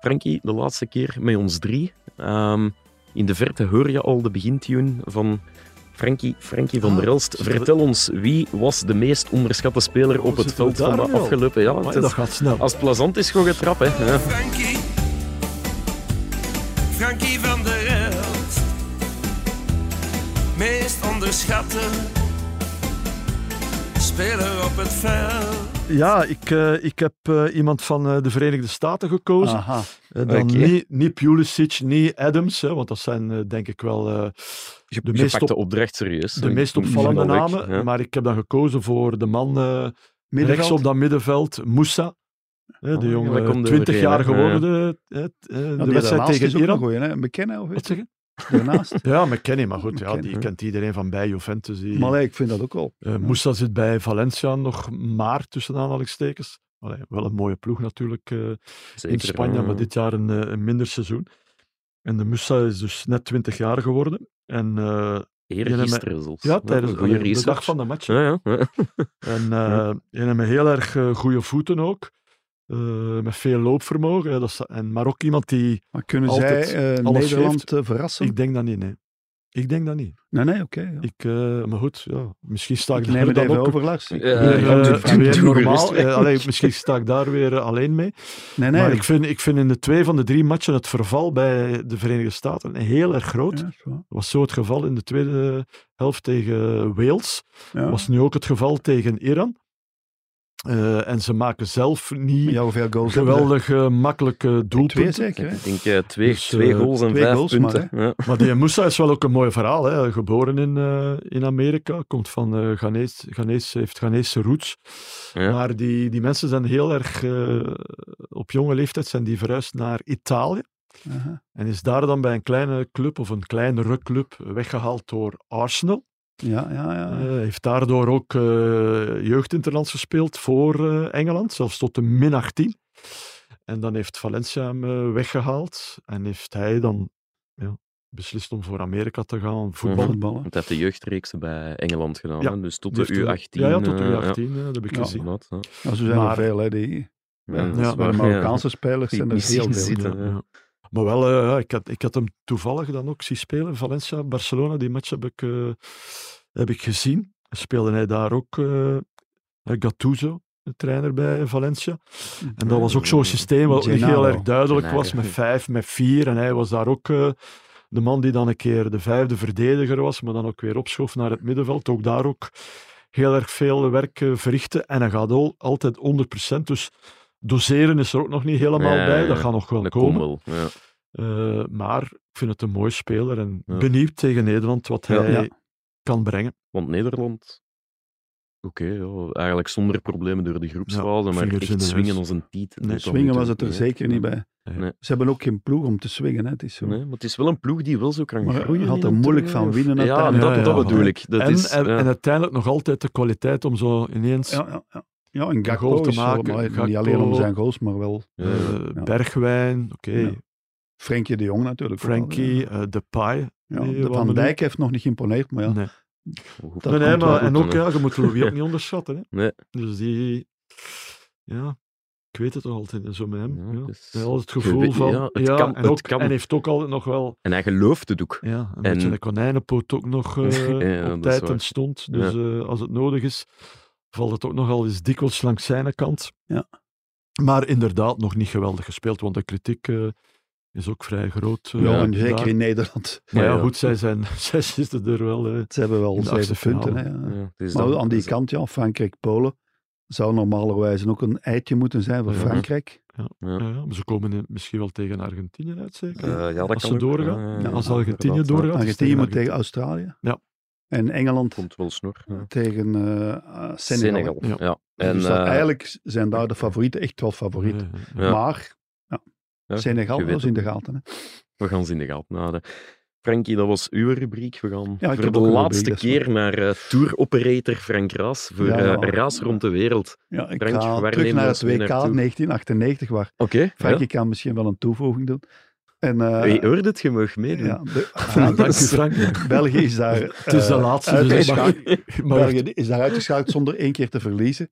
Frankie, de laatste keer met ons drie. Ehm, in de verte hoor je al de begintune van Frankie, Frankie van
Ah,
der Elst.
zullen we-
Vertel ons, wie was de meest onderschatte speler op het
zitten we
veld van
daar
de
nu al?
afgelopen jaar?
Maar
Het
dat
is-
gaat snel.
Als het plezant is, gewoon getrap, hè. Ja.
Frankie. Frankie van der Elst. Meest onderschatte speler op het veld.
Ja, ik, eh, ik heb eh, iemand van eh, de Verenigde Staten gekozen.
Aha.
Eh, dan
Oké.
niet, niet Pulisic, niet Adams, hè, want dat zijn eh, denk ik wel eh,
Je,
de
je
meest
pakt
op-
de opdracht serieus.
de meest opvallende namen. Maar ik heb dan gekozen voor de man... eh,
Middenveld.
Rechts op dat middenveld, Moussa. Hè, de
Ah,
jongen,
daar komt de
20 jaar
overheen, hè.
geworden. hè, hè,
Ja,
de
die
wedstrijd
daarnaast is
tegen
ook
Iran.
een goeie, hè? Een bekende, of
Wat
weet
zeg je?
je? Daarnaast.
Ja, McKennie, maar goed, ja,
McKennie,
die
hè.
kent iedereen van bij Juventus. Die,
Maar nee, ik vind dat ook wel.
Eh, Moussa zit bij Valencia nog maar tussen aanhalingstekens. Allee, wel een mooie ploeg natuurlijk eh, in Spanje, maar dit jaar een, eh, een minder seizoen. En de Moussa is dus net 20 jaar geworden. En eh,
Eergisteren zelfs.
ja, tijdens
een goede
allee, de dag
research.
van de match.
Ja, ja.
En, eh
Ja.
en met heel erg eh, goede voeten ook. Eh, met veel loopvermogen. hè, dat is, en, maar ook iemand die...
Maar kunnen
Altijd
zij eh,
alles
Nederland
heeft.
eh, verrassen?
Ik denk dat niet, nee. Ik denk dat niet.
Nee, nee, oké. ja.
Ik, eh, maar goed, ja, misschien sta ik,
Ik
daar
neem het
dan
even
ook
over, Lars.
Ja,
Nee,
weer,
Eh,
eh,
doe- doe-
weer
doe gerust,
normaal.
hè.
eh, allee, misschien sta ik daar weer eh, alleen mee.
nee.
maar ik vind, ik vind in de twee van de drie matchen het verval bij de Verenigde Staten heel erg groot.
Ja,
Dat
is waar.
was zo het geval in de tweede helft tegen Wales.
Ja.
was nu ook het geval tegen Iran. Eh, en ze maken zelf niet
Ja, hoeveel goals hebben ze?
geweldig eh, makkelijke
Twee
doelpunten.
zeker, hè?
Ik denk eh, twee,
Dus,
twee
eh,
goals en
twee
vijf
goals maar,
punten. ja.
Maar die Moussa is wel ook een mooi verhaal. Hè. Geboren in, eh, in Amerika, komt van eh Ghanese, Ghanese, heeft Ghanese roots.
Ja.
Maar die, die mensen zijn heel erg, eh, op jonge leeftijd zijn die verhuisd naar Italië.
Aha.
En is daar dan bij een kleine club of een kleinere club weggehaald door Arsenal.
Ja, ja, ja.
Eh, heeft daardoor ook eh jeugdinterlands gespeeld voor eh, Engeland, zelfs tot de min 18. En dan heeft Valencia hem eh, weggehaald en heeft hij dan ja, beslist om voor Amerika te gaan voetballen.
Voetballen.
Want hij heeft de jeugdreeksen bij Engeland gedaan.
Ja.
hè? Dus Mhm. tot de
Die heeft toen-
U18.
Ja, ja, tot de
eh,
U18, eh, dat heb ik
Ja.
gezien.
Inderdaad, ja.
Ja, zo zijn
Maar-
er veel, hè. Die,
Ja, dat
Ja,
is
maar
maar
waar,
de
ja.
Marokkaanse spelers
Die
zijn er
niet
heel
zien
veel.
zitten. ja.
Maar wel, eh, ja, ik, had, ik had hem toevallig dan ook zien spelen. Valencia, Barcelona, die match heb ik, eh, heb ik gezien. Speelde hij daar ook eh Gattuso, de trainer bij Valencia. En dat was ook zo'n systeem wat niet heel
Gennaro.
erg duidelijk
Gennaro.
was. Met vijf, met vier. En hij was daar ook eh, de man die dan een keer de vijfde verdediger was. Maar dan ook weer opschoof naar het middenveld. Ook daar ook heel erg veel werk eh, verrichten. En hij gaat al, altijd 100%. Dus doseren is er ook nog niet helemaal
Ja,
bij.
ja,
Dat
ja.
gaat nog wel
Dat
komen.
komt wel. Ja.
Eh, maar ik vind het een mooi speler en
Ja.
benieuwd tegen Nederland wat
Ja.
hij
Ja.
kan brengen.
Want Nederland, oké, ja, eigenlijk zonder problemen door de groepsfase, maar
vingers in
echt
de
swingen
neus.
als een tiet.
Nee,
Dat
Swingen
moet
was
ook
het er
niet, hè.
zeker niet bij.
Nee.
Ze hebben ook geen ploeg om te swingen, hè. Het is zo.
Nee, maar het is wel een ploeg die wel zo kan
Maar
groeien.
had
in
er
een
moeilijk
toernooi,
van
of-
winnen
Ja,
uiteindelijk.
dat,
Ja, ja,
dat bedoel
ja.
ik. Dat
en,
is,
en,
ja.
en uiteindelijk nog altijd de kwaliteit om zo ineens
Ja, ja, ja. ja en Gakpo
goal te
is wel-
maken,
maar niet
Gakpo.
alleen om zijn goals, maar wel
Ja,
eh,
ja.
Ja.
Bergwijn, oké,
Ja. Frenkie de Jong natuurlijk. vooral,
Frankie, eh, Depay.
Ja.
die
Ja,
wel
Van
benieuwd.
Dijk heeft nog niet geïmponeerd, maar ja.
Nee.
Hoe goed
dat
dat
Nee, nee,
komt
komt
maar,
wel
en
goed,
ook, eh,
hè.
ja, je moet Louis ook niet onderschatten. Hè.
Nee.
Dus die, ja, ik weet het nog altijd zo met hem.
Ja,
Ja,
dus-
Hij had het
Je
gevoel
weet-
van,
ja,
ja,
het kan-
en,
het
ook,
kan.
en heeft ook altijd nog wel
En hij gelooft het ook.
Ja, een
En-
beetje een konijnenpoot ook nog eh,
Ja, dat is
op tijd
waar.
en stond. Dus eh, als het nodig is, valt het ook nogal eens dikwijls langs zijn kant.
Ja.
Maar inderdaad nog niet geweldig gespeeld, want de kritiek eh, is ook vrij groot. eh,
Ja, en
daar.
zeker in Nederland.
Maar ja,
Ja, ja.
goed, zij, zijn, zij zitten er wel. eh.
Ze hebben wel
In de achtste
zeven punten.
finale.
Hè, ja.
Ja, het is
Maar
dat.
aan die
Dus-
kant, ja, Frankrijk-Polen zou normalerwijze ook een eitje moeten zijn voor
Ja.
Frankrijk.
Ja.
Ja, maar ze komen in- misschien wel tegen Argentinië uit, zeker.
Eh, ja, dat
Als
kan
ze
ook.
doorgaan,
Ja, ja,
ja,
Als
ja,
Argentinië
inderdaad, ja.
doorgaat. is het
Argentinië moet
Argentinië.
tegen Australië.
Ja.
En Engeland
Komt wel snor. ja.
tegen eh, eh, Senegal.
Senegal.
Ja.
Ja. En,
dus dat-
eh,
eigenlijk zijn daar de favorieten echt wel favorieten.
Nee, nee.
ja.
Maar
ja,
Senegal
je weet
was in de gaten. Hè.
We gaan ze in de gaten houden. Frankie, dat was uw rubriek. We gaan
Ja, ik
voor
heb
de
ook een
laatste
rubriek, dat is
keer naar eh, Tour Operator Frank Raas voor
Ja,
eh,
ja.
Raas rond de wereld.
Ja, ik
Frank,
ga
waar
terug
nemen
naar
we ons
het
mee
WK
naartoe?
1998, waar
Oké.
Frank, ik kan misschien wel een toevoeging doen. En, eh,
Je hoort het, je mag meedoen.
ja, de- eh,
Dank u, Frank.
België is daar...
Het is de
eh,
laatste,
uit-
dus ik mag, mag-
België is daar uitgeschakeld zonder één keer te verliezen.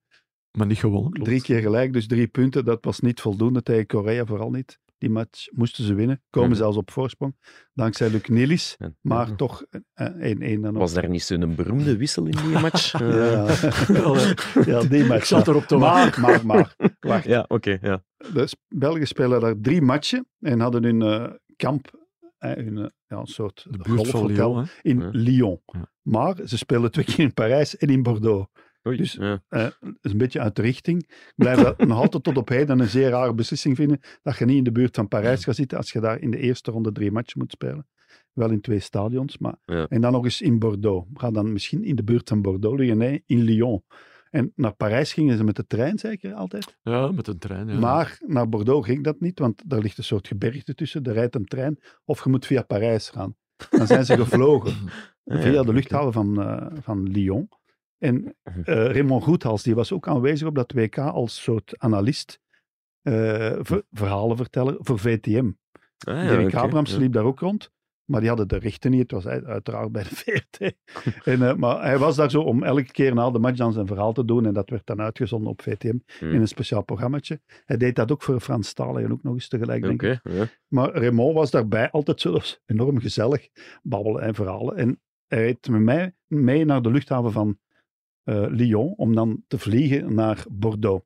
maar niet gewonnen. klopt.
Drie keer gelijk, dus drie punten. Dat was niet voldoende tegen Korea, vooral niet. Die match moesten ze winnen. Komen
Mhm.
zelfs op voorsprong. Dankzij Luc Nielis.
En-
Maar
ja.
toch eh, 1-1 dan ook.
Was daar niet zo'n beroemde wissel in die match? Eh,
Ja, ja, die
eh, Ik
match.
zat erop te wachten.
maar, maar, maar. Wacht.
ja, oké. ja.
De S- Belgen spelen daar drie matchen en hadden hun eh, kamp, eh, hun, eh, ja, een soort
De buurt van
golfhotel
Lyon, hè.
in
Ja.
Lyon.
Ja.
Maar ze spelen twee keer in Parijs en in Bordeaux.
Oei,
Dus-
ja.
Dat is een beetje uit de richting. Ik blijf dat nog altijd tot op heden een zeer rare beslissing vinden. Dat je niet in de buurt van Parijs gaat zitten als je daar in de eerste ronde drie matchen moet spelen. Wel in twee stadions, maar...
Ja.
En dan nog eens in Bordeaux. Ga dan misschien in de buurt van Bordeaux liggen. Nee, in Lyon. En naar Parijs gingen ze met de trein zeker altijd.
Ja, met een trein. Ja.
Maar naar Bordeaux ging dat niet, want daar ligt een soort gebergte tussen. Daar rijdt een trein. Of je moet via Parijs gaan. Dan zijn ze gevlogen
Ah, ja,
via de
oké.
luchthaven van, eh, van Lyon. En eh Raymond Goethals, die was ook aanwezig op dat WK als soort analist, eh, ver- verhalenverteller voor VTM.
Ah, ja,
Dirk
oké,
Abrams
ja.
liep daar ook rond, maar die hadden de rechten niet. Het was uit- uiteraard bij de VRT. en, eh, maar hij was daar zo om elke keer na de match dan zijn verhaal te doen en dat werd dan uitgezonden op VTM
Hmm.
in een speciaal programmaatje. Hij deed dat ook voor Frans Talen en ook nog eens tegelijk, denk ik.
Oké, ja.
Maar Raymond was daarbij altijd zo dat was enorm gezellig, babbelen en verhalen. En hij reed met mij mee naar de luchthaven van eh, Lyon om dan te vliegen naar Bordeaux.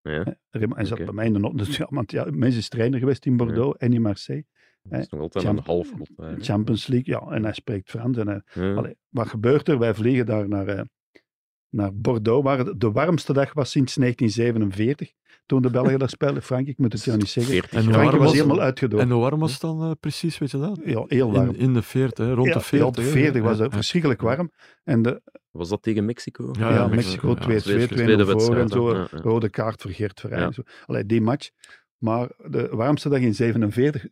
Ja.
Hè, Raymond- hij zat
Oké.
bij mij in de ochtend. Dus ja, want ja, mensen is trainer geweest in Bordeaux en in Marseille.
Dat is
eh,
nog altijd
Champ-
een half rot. eigenlijk.
Champions League, ja. En hij spreekt Frans. En hij-
Ja.
Allee, wat gebeurt er? Wij vliegen daar naar eh, naar Bordeaux, waar het de warmste dag was sinds 1947, toen de Belgen daar speelden. Frank, ik moet het jou niet zeggen.
40
En hoe
graden.
Frank
warm
was
was-
helemaal uitgedoofd.
En hoe warm was het dan eh, precies, weet je dat?
Ja, heel warm.
In, in de 40, hè, rond
Ja,
de 40.
Ja,
hè.
op 40 was
Ja,
het verschrikkelijk warm. En de,
Was dat tegen Mexico?
Ja,
ja,
ja,
Mexico
Mexico, ja.
2-2, 2-2
Tweede- tweede
naar voren en
wedstrijd,
zo.
ja, ja.
Rode kaart voor Geert Verheyen.
Ja.
Zo. Allee, die match. Maar de warmste dag in 47,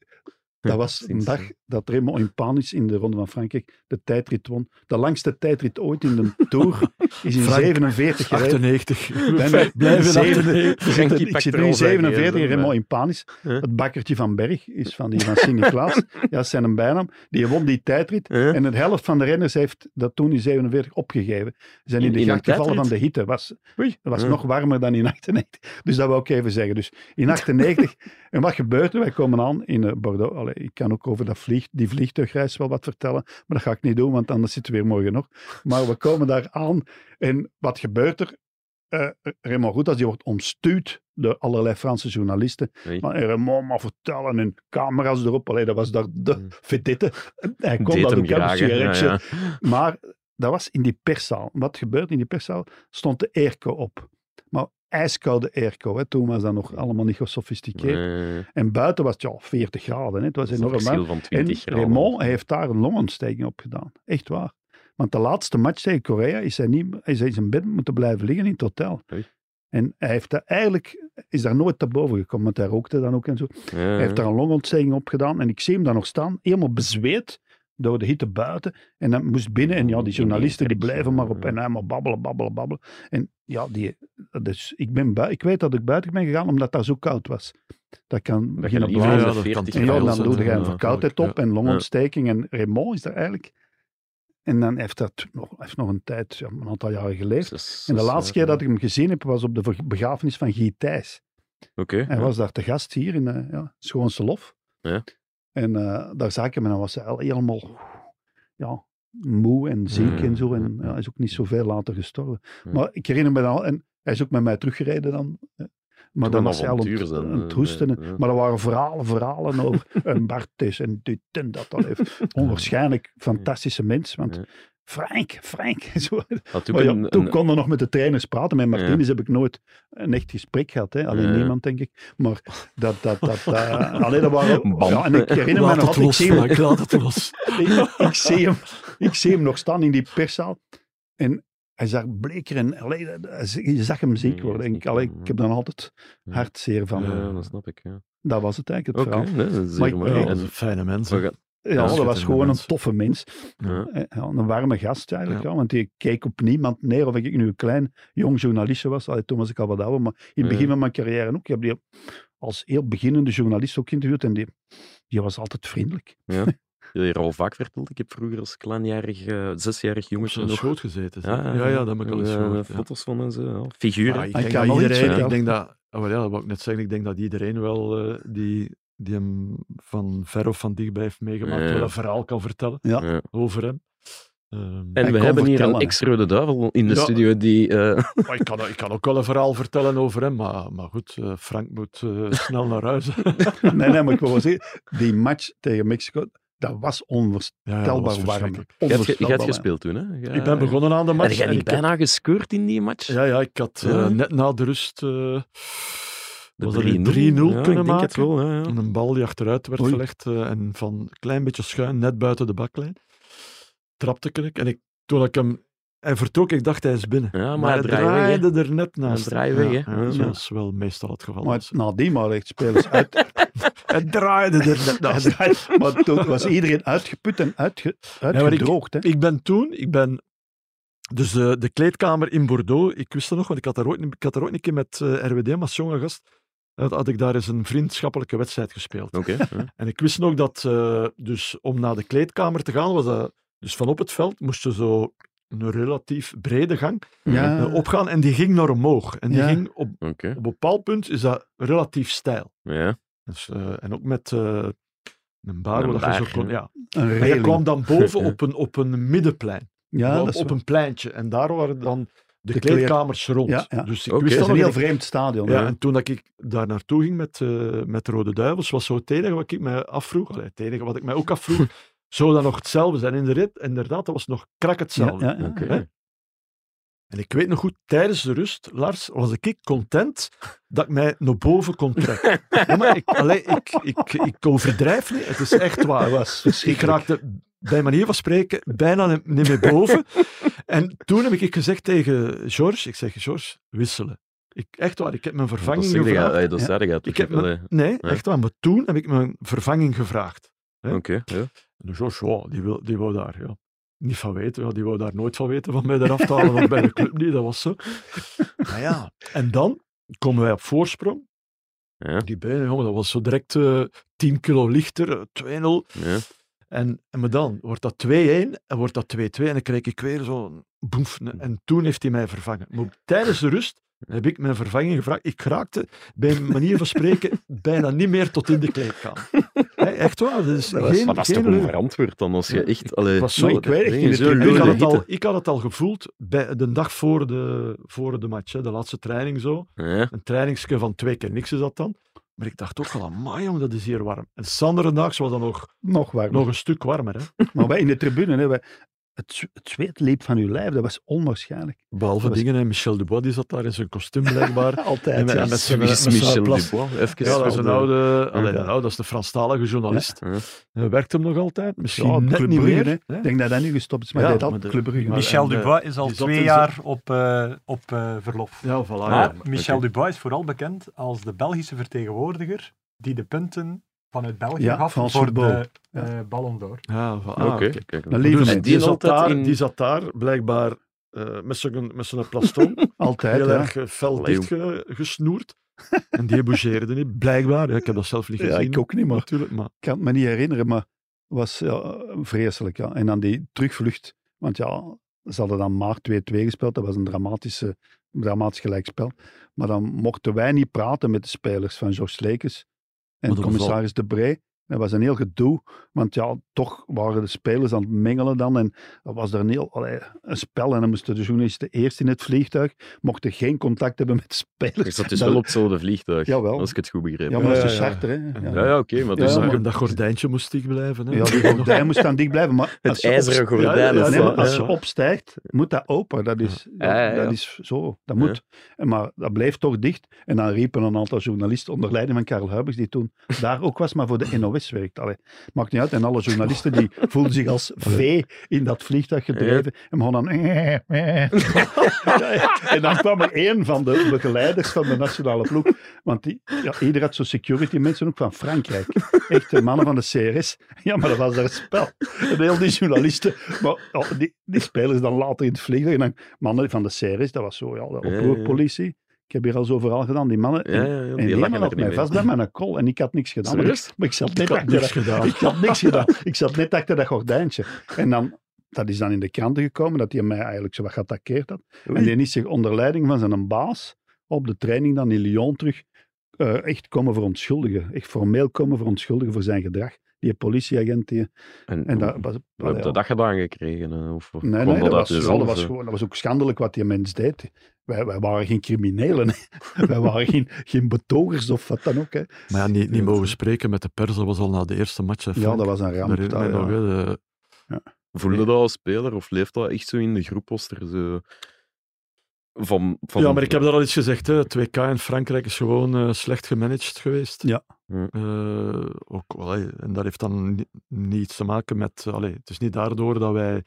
dat was een
Sinds,
dag
hè.
dat Raymond in panisch in de Ronde van Frankrijk de tijdrit won. De langste tijdrit ooit in de Tour is in
Frank,
47 gereden.
98.
Nee, nee,
Blijf- Blijven
zeven-
98.
Ik zit-
Frankie
Ik
pakt
zit
er
nu in
ons uit,
47
hè,
in
zo,
Raymond
maar-
in panisch.
Huh?
Het bakkertje van Berg is van die van Sint-Niklaas. ja, dat is zijn bijnaam. Die won die tijdrit.
Huh?
En de helft van de renners heeft dat toen in 47 opgegeven. Ze zijn in,
In-
de
in een
gracht gevallen van
tijdrit?
de hitte. Was,
Oei.
het was
Ja.
nog warmer dan in 98. Dus dat wou ik even zeggen. Dus in 98. en wat gebeurt er? Wij komen aan in eh, Bordeaux. Allee, ik kan ook over dat vlieg, die vliegtuigreis wel wat vertellen. Maar dat ga ik niet doen, want anders zitten we weer morgen nog. Maar we komen daar aan. En wat gebeurt er? Eh Raymond Roetas, die wordt omstuurd door allerlei Franse journalisten.
Oei.
Van, eh, Raymond, maar vertellen en camera's erop. Allee, dat was daar de vedette. Hij kon
Mm. Deed
dat
hem
ook hebben,
graag, hè. Ja,
sigaretje.
ja.
Maar dat was in die perszaal. Wat gebeurde in die perszaal? Stond de airco op. Maar ijskoude airco. Hè. Toen was dat nog allemaal niet gesofisticeerd.
Eh,
En buiten was het ja, 40 graden. Hè. Het was
dat is een
enorm warm.
verschil van
En
20 graden.
Raymond heeft daar een longontsteking op gedaan. Echt waar. Want de laatste match tegen Korea is hij, niet, is hij in zijn bed moeten blijven liggen in het hotel.
Oei.
En hij heeft daar eigenlijk, is daar nooit te boven gekomen, want hij rookte dan ook en zo. Hij heeft daar een longontsteking op gedaan en ik zie hem daar nog staan, helemaal bezweet door de hitte buiten. En hij moest binnen en ja, Mm, die journalisten die blijven maar op en hij maar babbelen, babbelen, babbelen. En ja, die, dus ik, ben bui- ik weet dat ik buiten ben gegaan omdat dat zo koud was. Dat kan
je
beginnen
liever
blazen.
in de
dat
40
kan
En ja,
graden
dan
zit,
doe
hè.
je een
Ja,
verkoudheid op
natuurlijk,
en longontsteking. En Raymond is daar eigenlijk. En dan heeft dat nog, heeft nog een tijd, ja, een aantal jaren geleefd. En de laatste keer dat ik hem gezien heb, was op de ver- begrafenis van Guy Thijs.
Oké.
Hij was daar te gast hier in eh, ja, Schoonse Lof.
Ja.
En eh, daar zag ik hem en dan was hij al helemaal ja, moe en ziek
Ja,
en zo. En
ja,
ja,
ja.
hij is ook niet zoveel later gestorven.
Ja.
Maar ik herinner me dan, en hij is ook met mij teruggereden dan. eh,
Toch
Maar dan
een
was hij al aan
avontuur
het-
zijn,
aan het
eh,
hoesten.
ja, ja.
Maar er waren verhalen, verhalen over een Bartes en dit en dat. al heeft. Onwaarschijnlijk fantastische mens. Want
Ja.
Frank, Frank. Zo,
Had ook
maar ja,
een-
toen
een-
kon er nog met de trainers praten. Met Martinez heb ik nooit een echt gesprek gehad. Hè. Alleen
Ja.
niemand, denk ik. Maar dat... dat, dat, eh, alleen dat waren...
Bam.
Ja, en ik herinner me
Laat
nog altijd...
het
Ik
los,
zie hem,
Frank, laat het los.
ik, ik zie hem, ik zie hem nog staan in die perszaal. En hij zag bleker en... allee, dat- hij z- je zag hem
Nee,
ziek
dat
worden.
is
En ik,
niet
allee,
cool,
ik heb dan altijd
Ja.
hartzeer van.
Ja, dat snap ik. ja.
Dat was het eigenlijk,
Oké,
het verhaal.
nee, dat is
Maar
zeer
ik-
mooi.
ja,
Ja,
En-
dat zijn fijne mensen.
we gaan-
Ja, dat was
schitterende
gewoon een
mens.
toffe mens.
ja.
Eh, Ja, een warme gast eigenlijk,
Ja.
ja. want ik keek op niemand neer of ik nu een klein jong journalistje was. Allee, toen was ik al wat ouder, maar in het begin
Ja.
van mijn carrière ook. Ik heb die als heel beginnende journalist ook geïnterviewd en die, die was altijd vriendelijk.
Je hebt hier al vaak verteld. Ik heb vroeger als kleinjarig, eh, zesjarig
Op
jongetje
zijn
nog
schoot gezeten. zeg. Ja, ja, dat heb ik al eens
eh,
gehoord. ja.
foto's van en zo. ja. Figuren.
Maar ik
Hij
denk
kan
dat
wel iets
iedereen, ik
vertellen.
denk dat, ah, wel ja, dat wou ik net zeggen, ik denk dat iedereen wel eh, die, die hem van ver of van dichtbij heeft meegemaakt,
Ja.
wel een verhaal kan vertellen
Ja.
Ja.
over hem. Ehm,
en
Hij
we hebben
kon
hier een
vertellen, hè.
ex-rode duivel in de
Ja.
studio die... eh,
maar ik, kan, ik kan ook wel een verhaal vertellen over hem, maar, maar goed, eh, Frank moet eh, snel naar huis. ja,
nee, nee, maar ik wil wel zeggen, die match tegen Mexico, dat was onvoorstelbaar
ja, dat was
warm.
verschrikkelijk.
je hebt ge- je
Onvoorstelbaar
hebt
warm.
gespeeld toen, hè? Ja,
Ik ben begonnen aan de
Heb
match.
jij
en
niet
ik heb-
bijna gescoord in die match?
Ja, ja, ik had eh,
Ja.
net na de rust eh
De
was dat een 3-0
Ja,
kunnen
ik denk het
maken.
wel, ja, ja.
En Een bal die achteruit werd
Oei.
gelegd eh, en van een klein beetje schuin, net buiten de baklijn, trapte ik. En ik, toen ik hem... Hij vertrok, ik dacht hij is binnen.
Ja, maar
maar
hij
hij
draai weg, hè.
draaide er net naast.
draai weg,
Ja,
hè.
ja,
Ja.
Zoals wel meestal het geval
Maar
is.
nadien maar echt spelers uit.
Hij draaide er net naast.
maar toen was iedereen uitgeput en uitge, uitgedroogd. hè.
Ik ben toen, ik ben. Dus de, de kleedkamer in Bordeaux, ik wist dat nog, want ik had daar ooit, ik had daar ooit een keer met eh, RWD, maar als jonge gast, eh, had, had ik daar eens een vriendschappelijke wedstrijd gespeeld.
Oké. ja.
En ik wist nog dat, eh, dus om naar de kleedkamer te gaan, was dat, dus van op het veld moest je zo een relatief brede gang
Ja.
eh, opgaan en die ging naar omhoog. En die
Ah. Ja.
ging op, op
Oké.
een bepaald punt is dat relatief stijl.
Ja.
Dus, eh, en ook met eh, een bar,
Een
waar dat je
baar,
zo kon,
ja.
ja.
Een
Maar je
railing.
kwam dan boven
Ja.
op een, op een middenplein,
ja,
op,
dat is
op
wel-
een pleintje. En daar waren dan de,
De kleer-
kleedkamers rond.
Ja, ja.
Dus ik
Oké.
wist
dat
dat
is een heel
nog. en ik-
vreemd stadion.
Ja,
hè.
en toen dat ik daar naartoe ging met, eh, met de Rode Duivels, was zo het enige wat ik mij afvroeg. Allee, het enige wat ik mij ook afvroeg, zou dat nog hetzelfde zijn? In de rit, inderdaad, dat was nog krak
Ja,
hetzelfde.
ja, ja.
Oké.
Hè? En ik weet nog goed, tijdens de rust, Lars, was ik content dat ik mij naar boven kon trekken. Ja, maar ik, allee, ik, ik, ik overdrijf niet, het is echt waar.
Dat was
Ik
verschrikkelijk.
raakte bij manier van spreken bijna niet meer boven. En toen heb ik gezegd tegen George, ik zeg, George, wisselen. Ik, echt waar, ik heb mijn
Dat
vervanging
zeg je,
gevraagd.
hey, dat
Ja.
zei je toch?
Ik heb
Allee,
mijn- nee, echt waar, maar toen heb ik mijn vervanging gevraagd. hè.
Oké, ja.
En George, ja, die, wil, die wou daar ja, niet van weten. Ja, die wou daar nooit van weten van mij eraf te halen, want bij de club niet, dat was zo.
Ah,
Maar ja, en dan komen wij op voorsprong.
Ja.
Die benen, jongen, dat was zo direct eh 10 kilo lichter, eh, 2-0.
ja.
En, en maar dan wordt dat 2-1 en wordt dat 2-2 en dan kreeg ik weer zo'n boef. En toen heeft hij mij vervangen. Maar tijdens de rust heb ik mijn vervanging gevraagd. Ik raakte, bij een manier van spreken, bijna niet meer tot in de kleedkamer. Hè, echt waar, dat is
Dat was-
geen,
Maar dat is
geen
toch een
leugen.
verantwoord dan, als
Ja,
je echt...
ik
Allee,
was zo-
Maar ik weet echt
nee,
niet.
zo
meer
lul
Ik
terug.
had,
de
het
hitte.
al, ik had het al gevoeld bij, de dag voor de, voor de match, hè, de laatste training zo.
ja.
Een trainingske van twee keer niks is dat dan. Maar ik dacht ook al, amai jong, dat is hier warm. En Sander was dat nog,
Nog waar.
nog een stuk warmer. Hè.
Maar wij in de tribune, hè, wij, het, z- het zweet liep van uw lijf. Dat was onwaarschijnlijk.
Behalve
Dat was-
dingen, hè. Michel Dubois die zat daar in zijn kostuum blijkbaar. En
Altijd,
met-
ja.
en met
Wie
zijn- met
is
zijn
Michel
plas-
Dubois? Even
Ja, dat is
op
een
de-
oude, allee,
Ja.
een oude, dat is de Franstalige journalist.
Ja.
Hij werkt hem nog altijd, misschien
Ja,
net
Club
niet
Brugge,
meer.
hè.
hè.
Ik denk dat dat nu gestopt is, maar
Ja,
dat
maar
had
de-
Club Brugge.
maar-
Michel
en, eh,
Dubois is al
die zat
twee
in
jaar op, eh, op eh, verlof.
Ja, voilà.
Maar
ja.
Michel
oké.
Dubois is vooral bekend als de Belgische vertegenwoordiger die de punten vanuit België
Ja,
gaf
Frans
voor
voetbal.
de eh Ballon d'Or.
Ja, voilà.
Ah, Oké.
oké.
kijk,
Een
Dus
leven
Dus
met-
die
die, zat
altijd
daar,
in-
die zat daar blijkbaar eh, met zo'n met zo'n plaston,
Altijd,
heel
hè.
erg eh, fel
Allee,
dichtgesnoerd. En die bougeerde niet, blijkbaar. Ja, ik heb dat zelf niet gezien.
Ja, ik ook niet, maar
natuurlijk. Maar
ik kan het me niet herinneren, maar was ja, vreselijk. Ja. En dan die terugvlucht, want ja, ze hadden dan maar 2-2 gespeeld. Dat was een dramatische, dramatisch gelijkspel. Maar dan mochten wij niet praten met de spelers van Georges Lekes
Maar
en
dat was
commissaris De Brey. Dat was een heel gedoe, want ja, toch waren de spelers aan het mengelen dan. En dat was er een heel allee, een spel. En dan moesten de journalisten eerst in het vliegtuig, mochten geen contact hebben met de spelers.
Je zat dus wel op hetzelfde vliegtuig,
Jawel.
als ik het goed begreep.
Ja, maar dat
Ja,
is een
ja, ja.
charter, hè.
Ja,
Ja,
ja, oké, maar dus
Ja,
dan-
maar
maar-
dat gordijntje moest dicht blijven. Hè?
ja die gordijn moest dan dicht blijven. Maar
het
als je
ijzeren
opstaat-
gordijn.
Ja, ja,
of
Nee,
zo,
maar als
ja.
je opstijgt, moet dat open. Dat is, dat,
Ja, ja, ja.
dat is zo. Dat moet. En Maar dat bleef toch dicht. En dan riepen een aantal journalisten onder leiding van Karel Huibers, die toen daar ook was, maar voor de NOS werkt. Allee, maakt niet uit. En alle journalisten die voelden zich als vee in dat vliegtuig gedreven. En begonnen dan... en dan kwam er één van de begeleiders van de nationale ploeg. Want die, ja, ieder had zo'n security mensen, ook van Frankrijk. Echte mannen van de CRS. Ja, maar dat was daar een spel. En heel die journalisten. Maar ja, die, die spelers dan later in het vliegtuig. En dan mannen van de CRS, dat was zo, ja, de
Ja, ja.
oproerpolitie. Ik heb hier al zo verhaal gedaan, die mannen.
Ja, ja, ja,
en
die
die
lachen
man
er
had
niet
mij
mee.
vast bij mijn kol en ik had niks gedaan. Maar
Serieus?
ik, maar ik zat
Ik
net
had
achter
niks
dat-
gedaan.
ik had niks gedaan. Ik zat net achter dat gordijntje. En dan, dat is dan in de kranten gekomen, dat hij mij eigenlijk zo wat geattaqueerd had. En die is zich onder leiding van zijn baas op de training dan in Lyon terug eh, echt komen verontschuldigen. Echt formeel komen verontschuldigen voor zijn gedrag. Die politieagent die...
En,
En dat, was,
hoe heb je dat gedaan gekregen? eh, Of, of
Nee,
kwam
nee, dat,
uit
was,
dus
ja,
jezelf,
dat, was
eh?
gewoon, dat was ook schandelijk wat die mens deed. Wij, wij waren geen criminelen. hè. wij waren geen, geen betogers of wat dan ook. Hè.
Maar ja, niet, niet mogen spreken met de pers, dat was al na de eerste match. hè,
Ja,
Frank.
dat was een ramp.
Daar herinner
dat,
ik mij
ja.
nog, hè, de-
Voelde dat als speler of leeft dat echt zo in de groep als er zo van, van
Ja, maar ik heb daar al iets gezegd. Hè. Het WK in Frankrijk is gewoon eh, slecht gemanaged geweest.
Ja.
Ja.
Eh, ook, allee, en dat heeft dan ni- niets te maken met... Allee, het is niet daardoor dat wij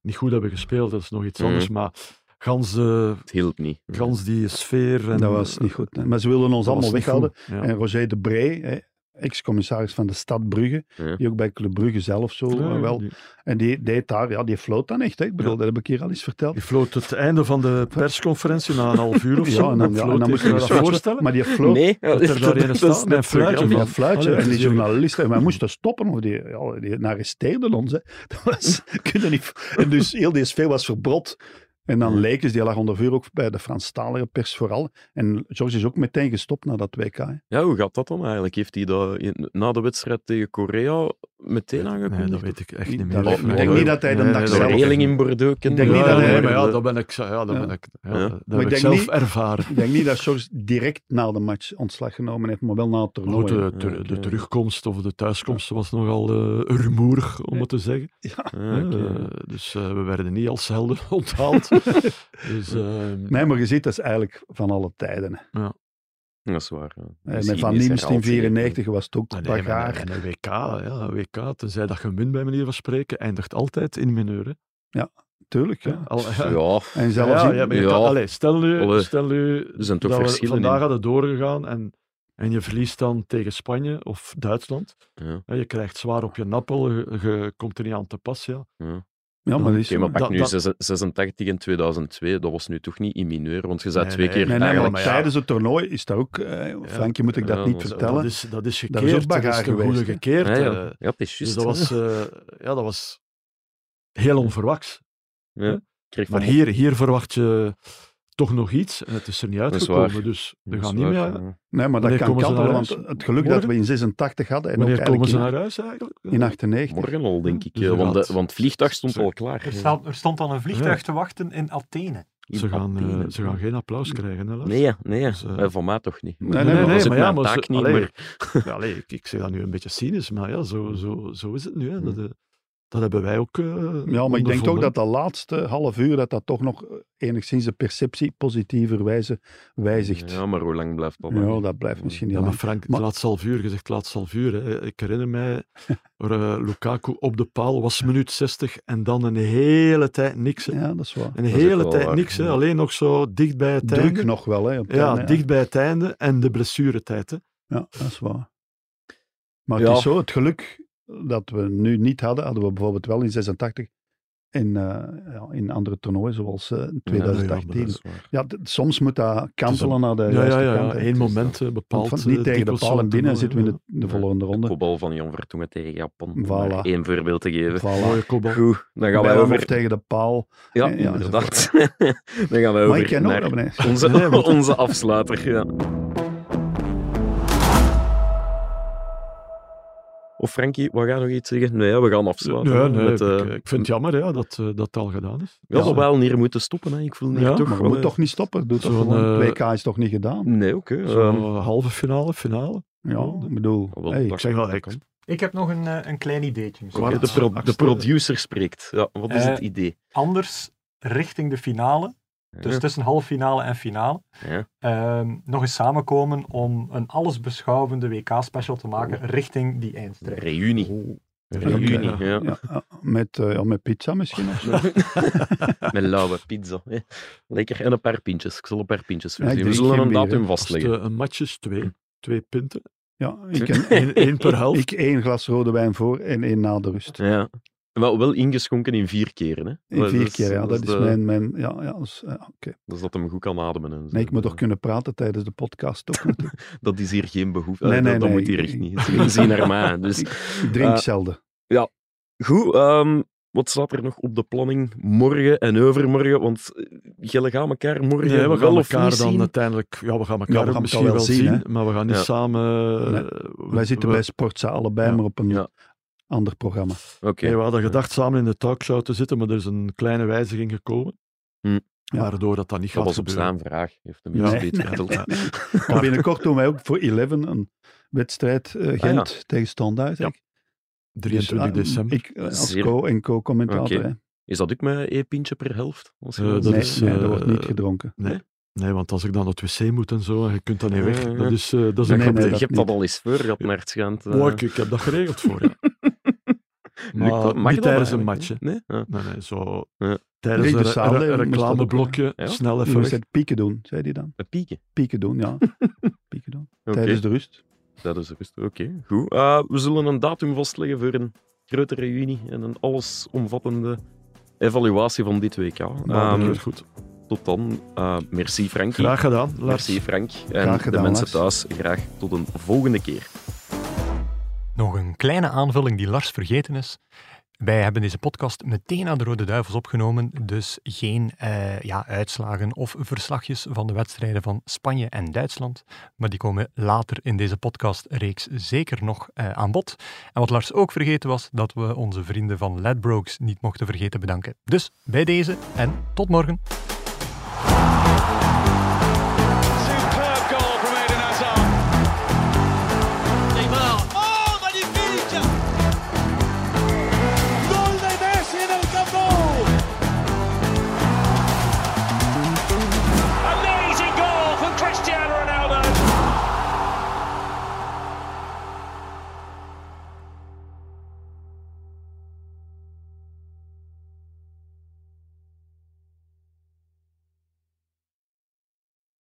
niet goed hebben gespeeld. Dat is nog iets
Mhm.
anders. Maar gans, de-
het hielp niet.
gans die sfeer... En,
dat was niet goed. hè. Maar ze wilden ons
dat was
allemaal
niet
weghouden.
goed, ja.
En Eh, Roger de Brey, hè, ex-commissaris van de stad Brugge,
Ja.
die ook bij Club Brugge zelf zo
Ah, Ja,
eh, wel.
die,
En die deed daar, ja, die floot dan echt. Hè. Ik bedoel,
Ja.
dat heb ik hier al eens verteld.
die floot het einde van de persconferentie na een half uur of
Ja,
zo.
en dan- ja, en
floot
dan
die-
moest je
kan
dat
dat voorstellen.
Maar die floot
dat er daar een staat met een fluitje
Ja,
van.
fluitje.
Allee,
en
dat
die
is hier-
journalisten, en wij moesten stoppen, of die, ja, die arresteerden ons. Hè. Dat was, kunnen niet, en dus heel die sfeer was verbrot. En dan Lekens, die lag onder vuur ook bij de Franstalige pers vooral. En George is ook meteen gestopt na dat WK. hè.
Ja, hoe gaat dat dan eigenlijk? Heeft hij dat in- na de wedstrijd tegen Korea meteen aangekondigd?
Nee, dat weet ik echt
Niet
niet
dat
meer.
weet- ik denk niet dat hij de dag
Of
zelf-
de reling in Bordeaux kent.
Ik denk
ja,
niet dat hij-
nee, maar ja, dat ben ik, zo- ja, dat
Ja.
ben ik, ja,
Ja.
dat
Maar
heb
ik
ik
denk
zelf
niet-
ervaren.
Ik denk niet dat Sjors direct na de match ontslag genomen heeft, maar wel na het
Maar goed,
toernooi.
de, ter-
Ja, oké.
de terugkomst of de thuiskomst was nogal eh rumoerig, om het te zeggen.
Ah, oké.
Eh, dus eh, we werden niet als helden onthaald. dus, eh,
Nee, maar je ziet, dat is eigenlijk van alle tijden. hè.
Dat is waar. ja.
Eh, Met
Misschien
Van
is
Niems
er
in
altijd-
94 was het ook
Ah,
een
nee,
paar
maar
jaar.
en een WK, ja, een WK, tenzij dat je munt bij manier van spreken, eindigt altijd in mineur. Hè.
Tuurlijk, ja.
Al-
Ja,
En
Ja,
zelfs
ja,
in-
maar je
Ja.
kan- allee, stel nu,
Allee.
stel nu
Er zijn toch
dat we
verschillen
vandaag
in.
hadden doorgegaan en, en je verliest dan tegen Spanje of Duitsland.
Ja.
Hè, Je krijgt zwaar op je nappel, je, je komt er niet aan te pas. Ja.
ja, maar dat is
Oké, maar pak
Dat-
nu
dat-
86 86 en 2002, dat was nu toch niet in mineur, want je zei
Nee,
twee
nee,
keer
Nee, nee,
eigenlijk-
maar
maar ja.
tijdens het toernooi is dat ook... eh, Frankie, moet ik dat
Ja,
niet
dat is-
vertellen?
Dat is, dat is
is ook
gekeerd, dat is,
bagage
ten goede
geweest, hè?
gekeerd.
Ah, ja.
eh.
ja, dat is
dus
juist.
dat was, eh, ja, dat was heel onverwachts.
Kreeg
Maar
van-
hier, hier verwacht je toch nog iets en het is er niet
Dat is
uitgekomen.
waar.
Dus we
Dat is
gaan niet
waar,
meer...
ja.
Nee, maar dat
Wanneer
kan
komen ze
kantelen,
naar
want
huis?
het geluk dat
Morgen?
we in 86 hadden en
Wanneer
ook
komen
eigenlijk
ze
in,
naar huis eigenlijk?
in 98.
Morgen al, denk ik.
Dus
eh,
er
want, de,
gaat-
want het vliegtuig stond
Ze-
al klaar.
Er,
Ja.
staat, er stond al een vliegtuig te wachten in Athene.
In
Ze gaan, eh,
Athene.
ze gaan geen applaus krijgen, hè, Lars?
Nee, ja, nee ja.
Dus, eh,
Eh, van mij toch niet.
Nee, nee,
dat
nee,
was ook
maar ja,
mijn
maar ze-
taak niet.
allee.
maar-
Ja, allee, ik, ik zeg dat nu een beetje cynisch, maar ja, zo, zo, zo is het nu. Hè. Dat, eh, dat hebben wij ook. eh,
Ja, maar ik denk
ondervonden.
toch dat dat laatste half uur dat dat toch nog eh, enigszins de perceptie positieverwijze wijzigt. Ja,
Ja, maar hoe lang blijft dat? dan?
dat blijft misschien niet
Ja, maar
lang.
Frank, het
Maar-
laatste half uur, gezegd het laatste half uur. Hè. Ik herinner mij, er, eh, Lukaku op de paal was minuut 60 en dan een hele tijd niks. hè.
Ja, dat is waar.
Een
is ook
hele
wel
tijd
waar,
niks, hè.
ja.
alleen nog zo dicht bij het
Druk
einde.
nog wel, hè. op het
Ja,
einde,
dicht bij het einde en de blessuretijd. Hè.
Ja, dat is waar. Maar het
Ja.
is zo, het geluk dat we nu niet hadden, hadden we bijvoorbeeld wel in 86 en eh, ja, in andere toernooien, zoals eh,
ja, maar
2018. Ja,
dat is
d- soms moet dat kantelen naar de
Ja, ja,
juiste
ja,
kant. hè.
één moment eh,
Want
bepaald.
van- niet
eh,
tegen de
dikwijls
paal en
zo'n
binnen
toernooi,
zitten we in
ja.
de, de volgende ronde.
Kopbal van Jan Vertongen tegen Japan. Om
Voilà.
maar één voorbeeld te geven.
Voilà.
Mooie kopbal.
Goed, dan gaan wij
Bijna
over...
nog tegen de paal.
Ja,
Ja, ja,
inderdaad. dan gaan wij
Maar ik
over
ken ook nog
naar
nee.
onze,
Nee, want-
onze afsluiter. Ja. Of Frankie, we gaan nog iets zeggen? Nee, hè, we gaan afsluiten.
Ja,
hè,
nee,
met, eh,
ik, ik vind het jammer ja, dat eh, dat het al gedaan is.
ja, dat
Dus,
we wel hier moeten stoppen. Hè. Ik voel hier
Ja,
toch...
Maar je
wel,
moet
eh,
toch niet stoppen. Doe toch
Zo'n,
gewoon.
eh,
2K is toch niet gedaan?
Nee, oké.
eh,
ehm,
zo'n halve finale, finale.
Ja, ik bedoel.
wel,
hey,
dat-
zeg wel,
dat
ik-
kan.
Ik heb nog een, eh, een klein ideetje. misschien.
Oké, de, pro- de producer spreekt. Ja, wat is
Eh,
het idee?
Anders richting de finale,
eh.
dus
Ja.
tussen half finale en finale,
Ja.
ehm, nog eens samenkomen om een allesbeschouwende WK-special te maken
Oh.
richting die eindstrijd.
Reunie.
Reunie,
Reunie, ja.
ja, ja, met, eh, ja, met pizza misschien. Of zo.
Met lauwe pizza. hè. Lekker. En een paar pintjes. Ik zal een paar pintjes
Ja, ik
voorzien. We
drink
zullen
geen
een
bier,
datum
Als het
vastleggen.
eh, een match is, twee. Twee punten.
Ja, ik, en,
Eén één per helft.
ik één glas rode wijn voor en één na de rust.
Ja. Wel, wel ingeschonken in vier keren. Hè?
In
Dat
vier
is-
keer, ja. Dat is
de-
mijn... mijn ja, ja, dat is, eh, oké.
Dus dat hem goed kan ademen. En zo.
Nee, ik moet toch kunnen praten tijdens de podcast. Ook. natuurlijk.
Dat is hier geen behoefte.
Nee,
Nee,
nee,
dat, dat
nee,
moet hier
ik-
echt niet. Ze zien naar mij. Dus.
Ik drink
Eh,
zelden.
Goed, ehm, wat staat er nog op de planning morgen en overmorgen? Want eh, jullie gaan elkaar morgen
Nee, we
wel
gaan
of
elkaar
niet
dan
zien.
uiteindelijk... Ja, we gaan elkaar
gaan
ook
elkaar
misschien
wel
wel,
zien,
zien,
hè.
maar we gaan niet
Ja.
samen... eh,
Nee, Wij zitten
we-
bij Sportza allebei,
Ja.
maar op een
Ja.
ander programma.
Oké.
nee, we hadden gedacht samen in de talkshow te zitten, maar er is een kleine wijziging gekomen.
Hm.
Ja.
Waardoor dat dan niet
Dat
gaat
was op
gebeuren.
zijn vraag. Heeft hem iets
Ja.
beter verteld.
Ja.
Maar binnenkort doen wij ook voor 11 een wedstrijd eh, Gent tegen Standaard.
Ja,
Dus,
23
ah,
december.
Ik, eh, als
Zeer-
co- en co-commentator.
Oké.
hè.
Is dat ook met één pintje per helft? Als je
Eh,
dat
dat
nee,
zegt?
is,
nee,
eh,
dat wordt niet gedronken.
Nee, want als ik dan naar het wc moet en zo, en je kunt dan niet weg.
Ja, ja.
Dat is, eh, dat is
Nee,
een
nee,
probleem.
je
dat
hebt
niet.
dat al eens voor gehad, naar het schijnt. eh.
Mooi, ik- ik heb dat geregeld voor je.
Lukt dat?
Maar
Mag dat
niet tijdens een
eigenlijk,
match. hè.
hè? Nee? Ah, Ja.
Nee, nee, zo
Ja.
tijdens
Rick de
een,
Saal, hè,
re- een
moest dat ook,
reclameblokje
hè? Ja.
snel
Je
even
moest
weg.
het pieken doen, zei hij dan.
Een pieken.
Pieken doen, ja. pieken doen.
Oké.
Tijdens de rust.
Dat is rustig. Oké, goed. Eh, we zullen een datum vastleggen voor een grote reunie en een allesomvattende evaluatie van dit WK.
Maar dat
Ehm,
wordt goed.
tot dan. Eh, merci Frankie.
Graag gedaan, Lars.
merci Frank. En
Graag gedaan,
de mensen
Lars.
thuis graag tot een volgende keer.
Nog een kleine aanvulling die Lars vergeten is.
Wij hebben deze podcast meteen aan de Rode Duivels opgenomen, dus geen eh, ja, uitslagen of verslagjes van de wedstrijden van Spanje en Duitsland. Maar die komen later in deze podcastreeks zeker nog eh, aan bod. En wat Lars ook vergeten was, dat we onze vrienden van Ladbrokes niet mochten vergeten bedanken. Dus bij deze en tot morgen.